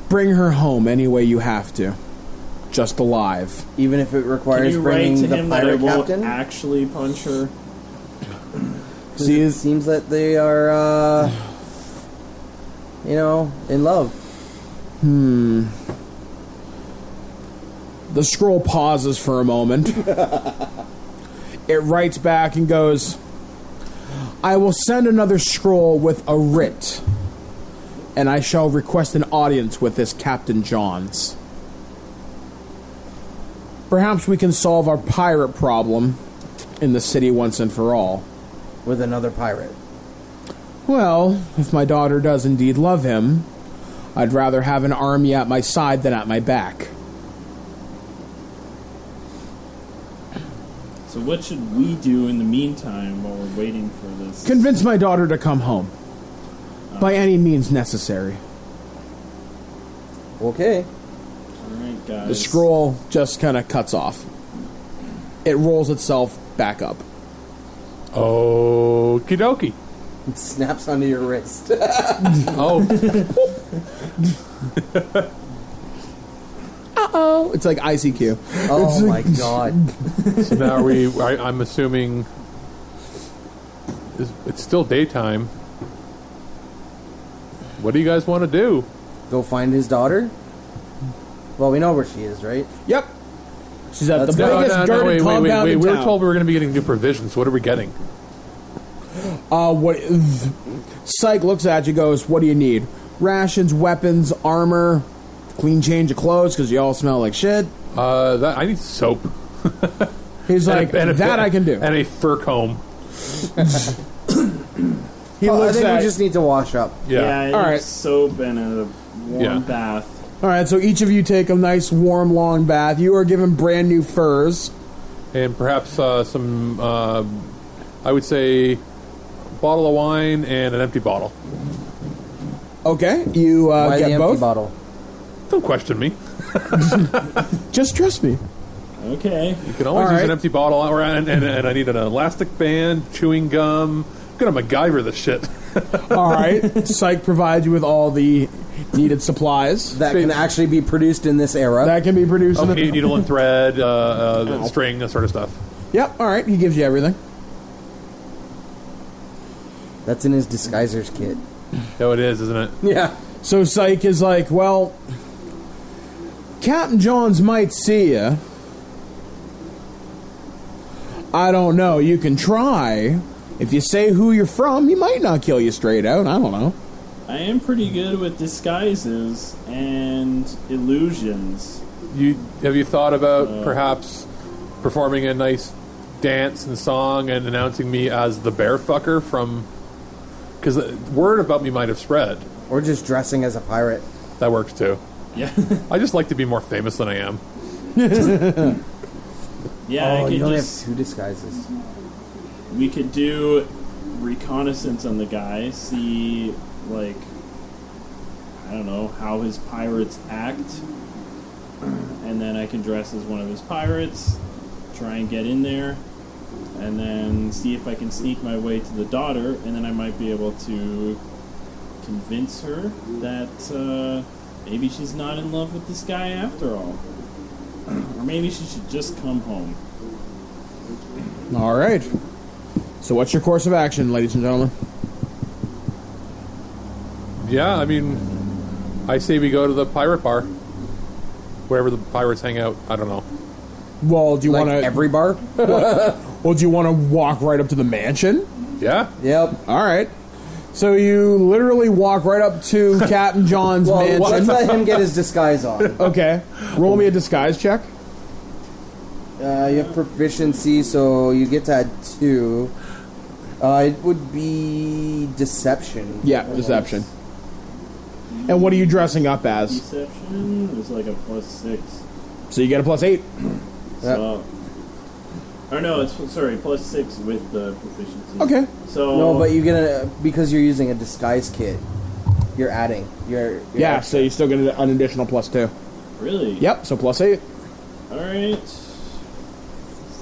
S3: Bring her home any way you have to, just alive.
S6: Even if it
S5: Can
S6: requires
S5: you write
S6: bringing
S5: to
S6: the
S5: him that I
S6: pirate
S5: won't
S6: captain,
S5: actually punch her?
S3: See,
S6: it
S3: is
S6: seems that they are, uh, you know, in love.
S3: the scroll pauses for a moment. it writes back and goes, "I will send another scroll with a writ, and I shall request an audience with this Captain Johns." Perhaps we can solve our pirate problem in the city once and for all.
S6: with another pirate.
S3: Well, if my daughter does indeed love him, I'd rather have an army at my side than at my back.
S5: So what should we do in the meantime while we're waiting for this?
S3: Convince my daughter to come home. By any means necessary.
S6: Okay.
S5: All right, guys.
S3: The scroll just kind of cuts off. It rolls itself back up.
S4: Okie dokie.
S6: It snaps onto your wrist.
S4: Oh,
S3: Oh, it's like ICQ.
S6: oh my god.
S4: so now are we? I, I'm assuming it's, it's still daytime. What do you guys want to do?
S6: Go find his daughter? Well, we know where she is, right?
S3: Yep. She's at
S6: Let's
S3: the
S6: go.
S3: biggest dirty
S4: wait, wait,
S3: compound
S4: wait, wait.
S3: in
S4: We were
S3: town.
S4: told we were going to be getting new provisions. What are we getting?
S3: Uh, what? Psych looks at you, goes, "What do you need? Rations, weapons, armor, clean change of clothes, because you all smell like shit."
S4: Uh, that, I need soap.
S3: He's
S4: And a-
S3: like,
S4: and a-
S3: "That I can do."
S4: And a fur comb.
S3: he
S6: Well, I
S3: looks
S6: think
S3: at.
S6: we just need to wash up.
S5: Yeah,
S3: All
S5: it's
S3: right.
S5: soap and a warm
S4: Yeah.
S5: bath.
S3: all right, so each of you take a nice warm long bath. You are given brand new furs.
S4: and perhaps uh, some, uh, I would say, bottle of wine and an empty bottle.
S3: Okay, you uh,
S6: Why the
S3: get
S6: empty
S3: both.
S6: bottle?
S4: Don't question me.
S3: Just trust me.
S5: Okay.
S4: You can always
S3: All
S4: use
S3: right.
S4: an empty bottle, or and, and, and I need an elastic band, chewing gum. I'm gonna MacGyver this shit.
S3: All right, Psych provides you with all the needed supplies
S6: That can actually be produced in this era.
S3: that can be produced. in
S4: Okay,
S3: the-
S4: needle and thread, uh, uh, string, that sort of stuff.
S3: yep. All right, he gives you everything.
S6: That's in his disguiser's kit.
S4: Oh, it is, isn't it?
S6: Yeah.
S3: So Psych is like, well, Captain Johns might see you. I don't know. You can try. If you say who you're from, he might not kill you straight out. I don't know.
S5: I am pretty good with disguises and illusions.
S4: You have you thought about perhaps performing a nice dance and song and announcing me as the bear fucker from? Because word about me might have spread.
S6: Or just dressing as a pirate.
S4: That works too.
S5: Yeah.
S4: I just like to be more famous than I am.
S5: yeah,
S6: oh,
S5: I
S6: you
S5: could
S6: only
S5: just,
S6: have two disguises.
S5: we could do reconnaissance on the guy, see like I don't know, how his pirates act. And then I can dress as one of his pirates, try and get in there, and then see if I can sneak my way to the daughter, and then I might be able to convince her that uh, maybe she's not in love with this guy after all. or maybe she should just come home.
S3: All right. So what's your course of action, ladies and gentlemen?
S4: Yeah, I mean, I say we go to the pirate bar, wherever the pirates hang out. I don't know.
S3: Well, do you
S6: Like
S3: want to?
S6: every bar?
S3: well, do you want to walk right up to the mansion?
S4: Yeah,
S6: yep.
S3: All right. So you literally walk right up to Captain John's
S6: Well,
S3: mansion.
S6: let's let him get his disguise on.
S3: Okay. Roll me a disguise check.
S6: Uh, you have proficiency, so you get to add two. Uh, it would be deception.
S3: Yeah, deception. And what are you dressing up as?
S5: Deception is like a plus six.
S3: So you get a plus eight.
S5: So, or no, it's sorry, plus six with the proficiency.
S3: Okay.
S5: So
S6: No, but you get a because you're using a disguise kit. You're adding. You're, you're
S3: Yeah, so you still get an- an additional plus two.
S5: really,
S3: Yep, so plus eight.
S5: All right,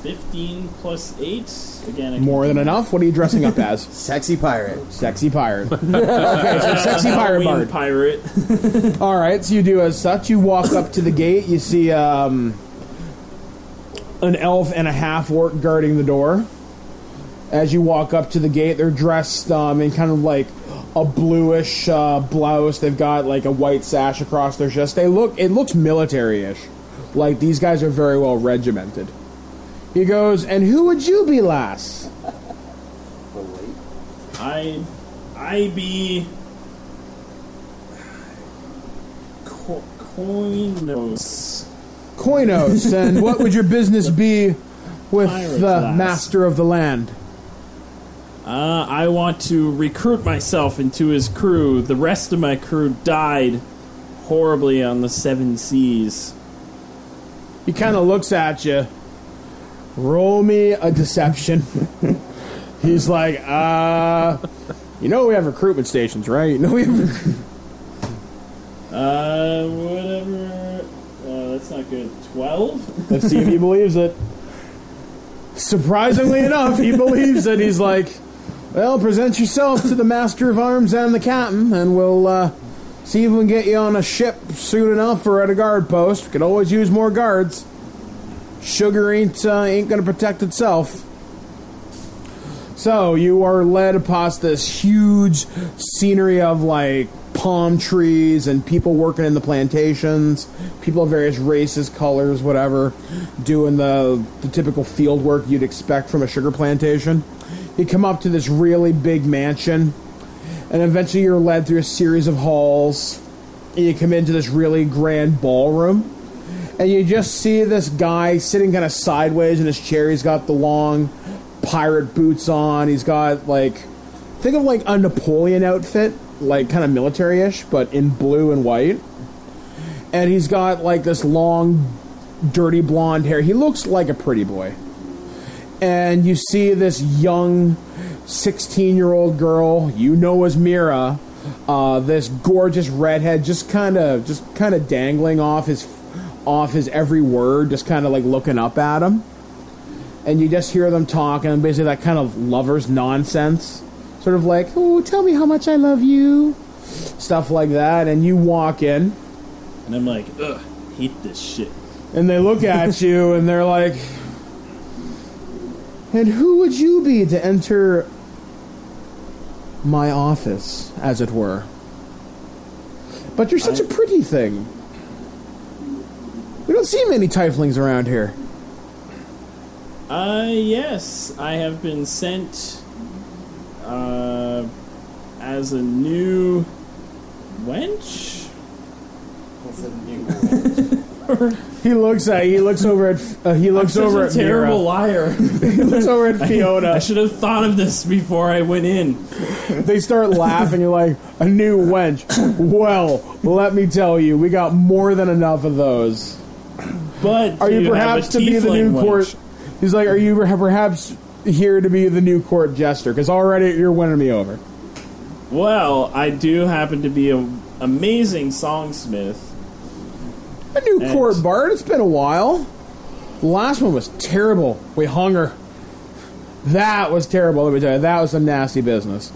S5: fifteen plus eight again. I can-
S3: More than enough. What are you dressing up as?
S6: sexy pirate.
S3: Sexy pirate. okay, so sexy pirate
S5: Halloween
S3: bard.
S5: pirate.
S3: All right, so you do as such. You walk up to the gate. You see um, an elf and a half orc guarding the door. As you walk up to the gate, they're dressed um, in kind of like a bluish uh, blouse. They've got like a white sash across their chest. They look it looks military-ish. Like these guys are very well regimented. He goes, and who would you be, lass?
S5: I, I be. Co- Coinos.
S3: Koinos, and what would your business be with
S5: Pirate
S3: the
S5: lass.
S3: master of the land?
S5: Uh, I want to recruit myself into his crew. The rest of my crew died horribly on the seven seas.
S3: He kind of looks at you. Roll me a deception. He's like, uh, you know we have recruitment stations, right? You know we have.
S5: Uh, whatever. Uh, that's not good. Twelve.
S3: Let's see if he believes it. Surprisingly enough, he believes it. He's like, well, present yourself to the master of arms and the captain, and we'll uh, see if we can get you on a ship soon enough or at a guard post. We could always use more guards. Sugar ain't uh, ain't gonna protect itself. So you are led across this huge scenery of like palm trees and people working in the plantations, people of various races, colors, whatever, doing the, the typical field work you'd expect from a sugar plantation. You come up to this really big mansion, and eventually you're led through a series of halls. And you come into this really grand ballroom and you just see this guy sitting kind of sideways in his chair. He's got the long pirate boots on. He's got like think of like a Napoleon outfit, like kind of military-ish, but in blue and white. And he's got like this long, dirty blonde hair. He looks like a pretty boy. And you see this young, sixteen-year-old girl you know as Mira. Uh, this gorgeous redhead, just kind of, just kind of dangling off his, off his every word, just kind of like looking up at him. And you just hear them talking, and basically that kind of lovers nonsense, sort of like, "Oh, tell me how much I love you," stuff like that. And you walk in,
S5: And I'm like, ugh, hate this shit.
S3: and they look at you, and they're like, "And who would you be to enter my office, as it were?" But you're such a pretty thing. We don't see many tieflings around here.
S5: Uh, yes, I have been sent, uh, as a new wench.
S3: He looks at. He looks over at. Uh, he looks
S5: Such
S3: over
S5: a
S3: at
S5: terrible
S3: Mira.
S5: liar.
S3: He looks over at
S5: I
S3: Fiona.
S5: should have thought of this before I went in.
S3: they start laughing. You're like a new wench. Well, let me tell you, we got more than enough of those.
S5: But
S3: Are you,
S5: have a
S3: perhaps to be the
S5: tiefling
S3: new
S5: wench.
S3: court? He's like, are you per- perhaps here to be the new court jester? Because already you're winning me over.
S5: Well, I do happen to be an amazing songsmith.
S3: A new
S5: Thanks.
S3: court bard. It's been a while. The last one was terrible. We hung her. That was terrible. Let me tell you, that was some nasty business.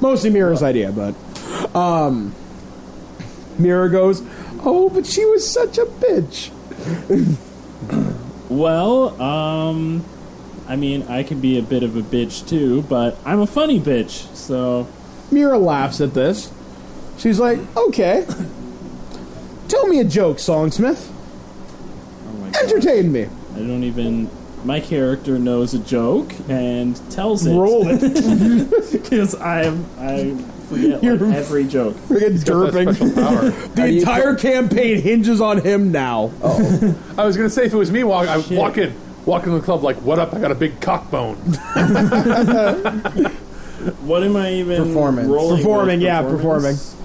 S3: Mostly Mira's idea, but um, Mira goes, "Oh, but she was such a bitch."
S5: Well, um, I mean, I could be a bit of a bitch too, but I'm a funny bitch, so
S3: Mira laughs at this. She's like, "Okay, tell me a joke, Songsmith.
S5: oh my God,
S3: Entertain me.
S5: I don't even. My character knows a joke and tells it.
S3: Roll it.
S5: because I I forget like,
S3: You're-
S5: every joke.
S3: Friggin'
S4: Got that
S3: derping.
S4: special power.
S3: The entire campaign hinges on him now."
S4: Oh. I was gonna say if it was me, walk, I
S5: Shit.
S4: walk in, walk into the club like, "What up? I got a big cock bone."
S5: What am I even
S6: Performance.
S5: rolling with?
S3: Performing, yeah,
S5: Performance?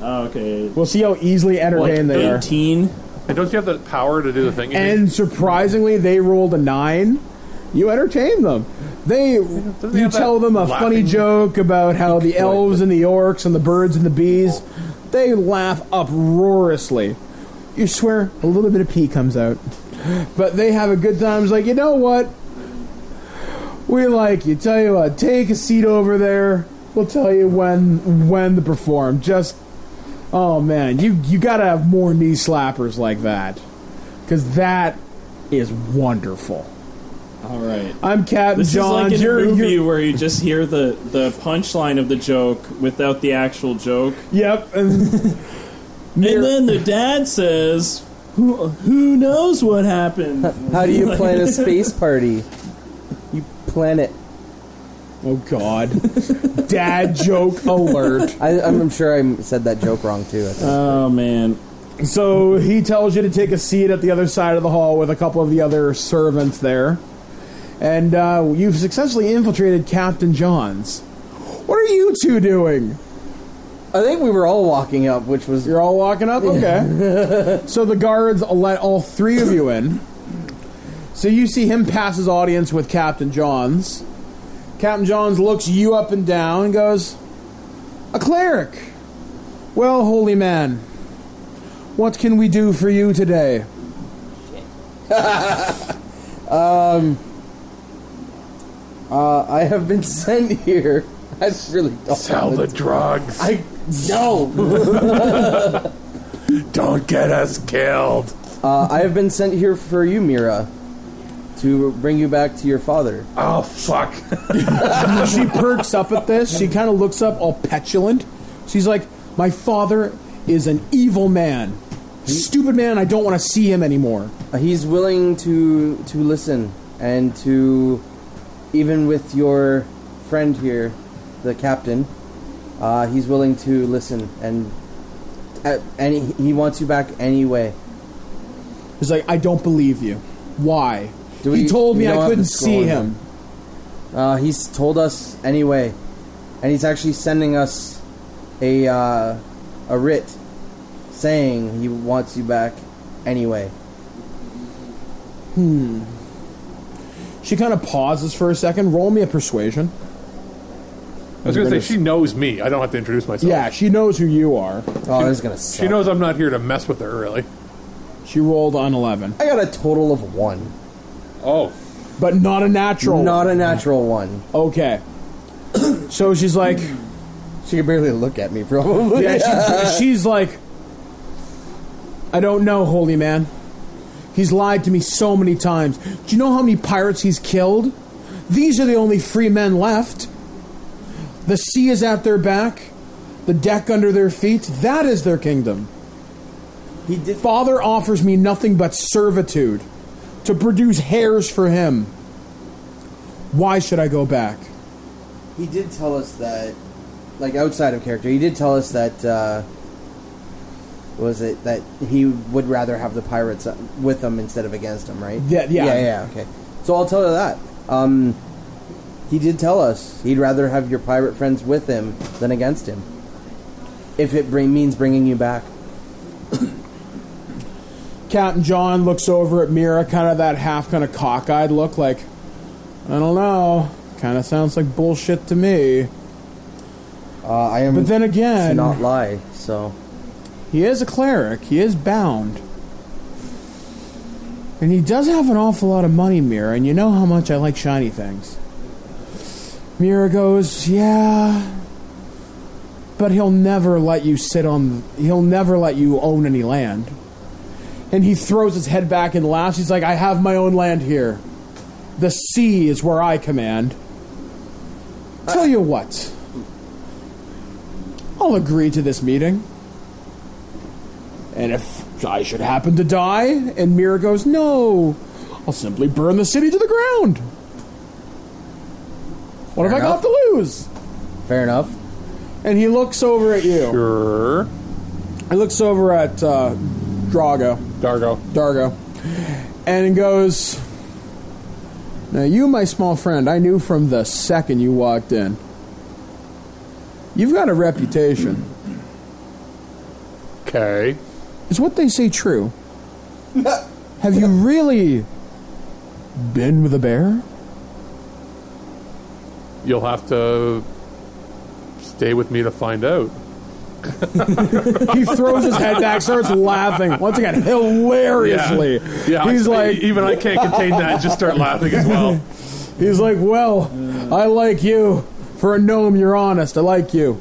S5: Oh, okay.
S3: We'll see how easily entertained they are.
S5: 18?
S4: And don't you have the power to do the thing? you
S3: And surprisingly, they rolled a nine. You entertain them. They,
S4: he
S3: you
S4: have
S3: tell
S4: that
S3: them a funny
S4: laughing-
S3: joke about how the elves and the orcs and the birds and the bees, they laugh uproariously. You swear a little bit of pee comes out, but they have a good time. It's like you know what, we like you. Tell you what, take a seat over there. We'll tell you when when to perform. Just oh man, you you gotta have more knee slappers like that, because that is wonderful.
S5: All right.
S3: I'm Captain
S5: This
S3: John.
S5: is like in
S3: you're,
S5: a movie
S3: you're-
S5: where you just hear the, the punchline of the joke without the actual joke.
S3: yep. And Near-
S5: And then the dad says, who, who knows what happened?
S6: How do you plan a space party? You plan it.
S3: oh god, dad joke alert.
S6: I, I'm sure I said that joke wrong too. I think.
S5: Oh, man.
S3: So he tells you to take a seat at the other side of the hall with a couple of the other servants there, and uh, you've successfully infiltrated Captain John's. What are you two doing?
S6: I think we were all walking up, which was
S3: You're all walking up? Okay. so the guards let all three of you in. So you see him pass his audience with Captain Johns. Captain Johns looks you up and down and goes, A cleric! Well, holy man, what can we do for you today?
S6: uh, I have been sent here. I really don't.
S4: Sell the drugs.
S6: I no.
S4: don't get us killed.
S6: uh, I have been sent here for you, Mira, to bring you back to your father.
S4: Oh fuck!
S3: she perks up at this. She kind of looks up all petulant. She's like, My father is an evil man. Stupid man, I don't want to see him anymore.
S6: Uh, he's willing to to listen and to even with your friend here, the captain. Uh, he's willing to listen and uh, and he, he wants you back anyway.
S3: He's like, I don't believe you. Why?
S6: Do
S3: he
S6: we-
S3: told
S6: we
S3: me
S6: don't
S3: I
S6: have
S3: couldn't
S6: to scroll
S3: see
S6: in.
S3: him.
S6: Uh, he's told us anyway, and he's actually sending us a uh, a writ saying he wants you back anyway.
S3: She kind of pauses for a second. Roll me a persuasion.
S4: I was gonna say she knows me. I don't have to introduce myself.
S3: Yeah, she knows who you are.
S6: Oh, this is gonna suck.
S4: she knows I'm not here to mess with her. Really?
S3: She rolled on 11,
S6: I got a total of one,
S4: Oh,
S3: but not a natural.
S6: not a natural one.
S3: okay. so she's like,
S6: She could barely look at me, probably.
S3: yeah, she, she's like, I don't know, holy man. He's lied to me so many times. Do you know how many pirates he's killed? These are the only free men left. The sea is at their back, the deck under their feet. That is their kingdom.
S6: he did.
S3: Father offers me nothing but servitude to produce hairs for him. Why should I go back?
S6: He did tell us that, like outside of character, he did tell us that. Uh, what was it that he would rather have the pirates uh, with him instead of against him, right?
S3: Yeah, yeah.
S6: yeah, yeah. Okay, so I'll tell you that. Um, he did tell us he'd rather have your pirate friends with him than against him, if it bring, means bringing you back.
S3: Captain John looks over at Mira, kind of that half kind of cockeyed look, like, I don't know. Kind of sounds like bullshit to me.
S6: Uh, I am
S3: But then
S6: to
S3: again,
S6: not lie. So
S3: he is a cleric, he is bound. And he does have an awful lot of money, Mira, and you know how much I like shiny things. Mira goes, Yeah, but he'll never let you sit on, he'll never let you own any land. And he throws his head back and laughs. He's like, I have my own land here. The sea is where I command. Tell you what, I'll agree to this meeting. And if I should happen to die, and Mira goes, No, I'll simply burn the city to the ground. What have
S6: Fair
S3: I got
S6: enough.
S3: to lose?
S6: fair enough.
S3: And he looks over at you.
S4: sure.
S3: He looks over at uh, Drago.
S4: Dargo.
S3: Dargo, and goes, Now, you, my small friend, I knew from the second you walked in. You've got a reputation.
S4: Okay.
S3: Is what they say true? Have you really been with a bear?
S4: You'll have to stay with me to find out.
S3: He throws his head back, starts laughing. Once again, hilariously.
S4: Yeah,
S3: he's
S4: I-
S3: like,
S4: even I can't contain that. Just start laughing as well.
S3: he's like, well, I like you. For a gnome, you're honest. I like you.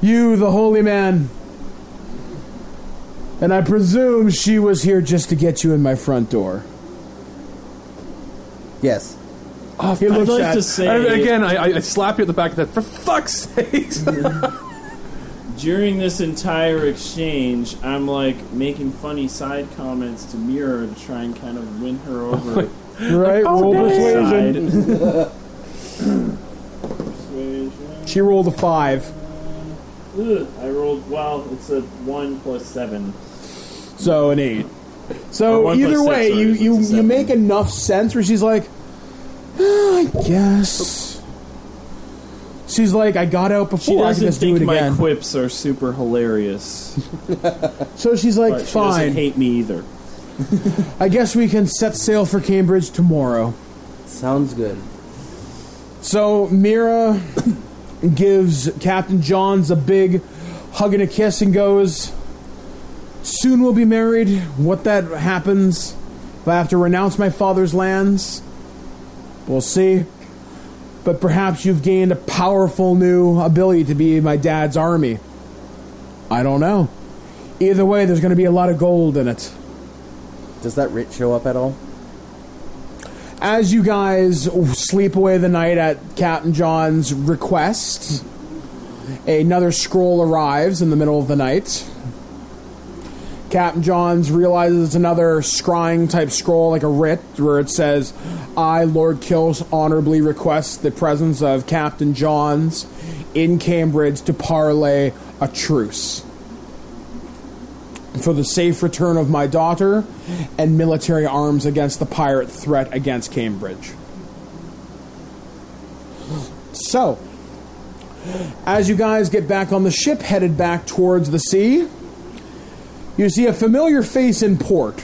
S3: You, the holy man. And I presume she was here just to get you in my front door.
S6: Yes.
S3: He looks
S5: like
S3: at
S5: to say-
S4: And again, I, I- I slap you at the back of the head. For fuck's sake!
S5: During this entire exchange, I'm like making funny side comments to Mira to try and kind of win her over.
S3: right. roll persuasion.
S5: Side. Persuasion.
S3: She rolled a five.
S5: Ugh, I rolled. Well, it's a one plus seven.
S3: So an eight.
S5: Or
S3: So
S5: one plus
S3: either
S5: six,
S3: way,
S5: sorry,
S3: you
S5: it's
S3: you,
S5: a
S3: you
S5: seven.
S3: make enough sense where she's like, "Ah, I guess. She's like, I got out
S5: She
S3: before. Oh, I can
S5: doesn't
S3: just do
S5: think
S3: it
S5: my
S3: again.
S5: quips are super hilarious,
S3: so she's like,
S5: but she doesn't
S3: fine.
S5: hate me either.
S3: I guess we can set sail for Cambridge tomorrow.
S6: Sounds good.
S3: So Mira gives Captain Johns a big hug and a kiss and goes, Soon we'll be married. What that happens, if I have to renounce my father's lands, we'll see. But perhaps you've gained a powerful new ability to be my dad's army. I don't know. Either way, there's going to be a lot of gold in it.
S6: Does that writ show up at all?
S3: as you guys sleep away the night at Captain John's request, another scroll arrives in the middle of the night. Captain John's realizes it's another scrying type scroll, like a writ, where it says, I, Lord Kills, honorably request the presence of Captain John's in Cambridge to parley a truce for the safe return of my daughter and military arms against the pirate threat against Cambridge. So, as you guys get back on the ship, headed back towards the sea, you see a familiar face in port.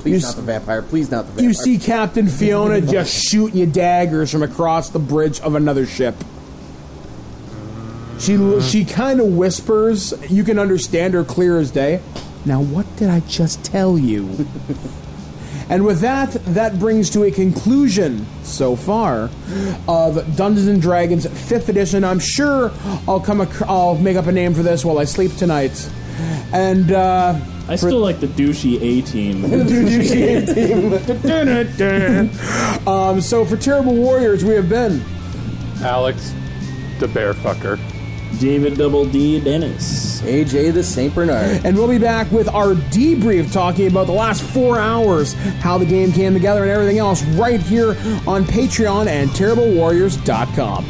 S6: Please
S3: You
S6: not
S3: s-
S6: the vampire. Please not the vampire.
S3: You see Captain Fiona just shooting you daggers from across the bridge of another ship. She she kind of whispers. You can understand her clear as day. Now, what did I just tell you? and with that, that brings to a conclusion so far of Dungeons and Dragons Fifth Edition. I'm sure I'll come. Ac- I'll make up a name for this while I sleep tonight. And uh,
S5: I still like the douchey A team.
S3: um, so for Terrible Warriors, we have been.
S4: Alex, the bear fucker.
S5: David Double D Dennis.
S6: AJ the Saint Bernard.
S3: And we'll be back with our debrief talking about the last four hours, how the game came together, and everything else right here on Patreon and TerribleWarriors.com.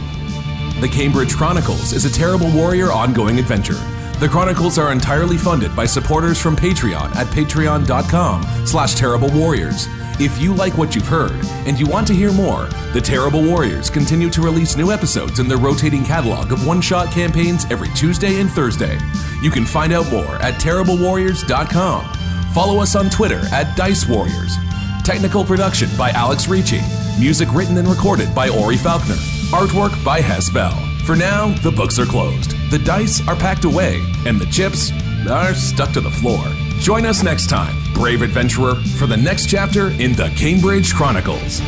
S2: The Cambridge Chronicles is a Terrible Warrior ongoing adventure. The Chronicles are entirely funded by supporters from Patreon at patreon.com slash terrible warriors. If you like what you've heard and you want to hear more, the Terrible Warriors continue to release new episodes in their rotating catalog of one-shot campaigns every Tuesday and Thursday. You can find out more at terriblewarriors.com. Follow us on Twitter at Dice Warriors. Technical production by Alex Ricci. Music written and recorded by Ori Faulkner. Artwork by Hess Bell. For now, the books are closed, the dice are packed away, and the chips are stuck to the floor. Join us next time, brave adventurer, for the next chapter in the Cambridge Chronicles.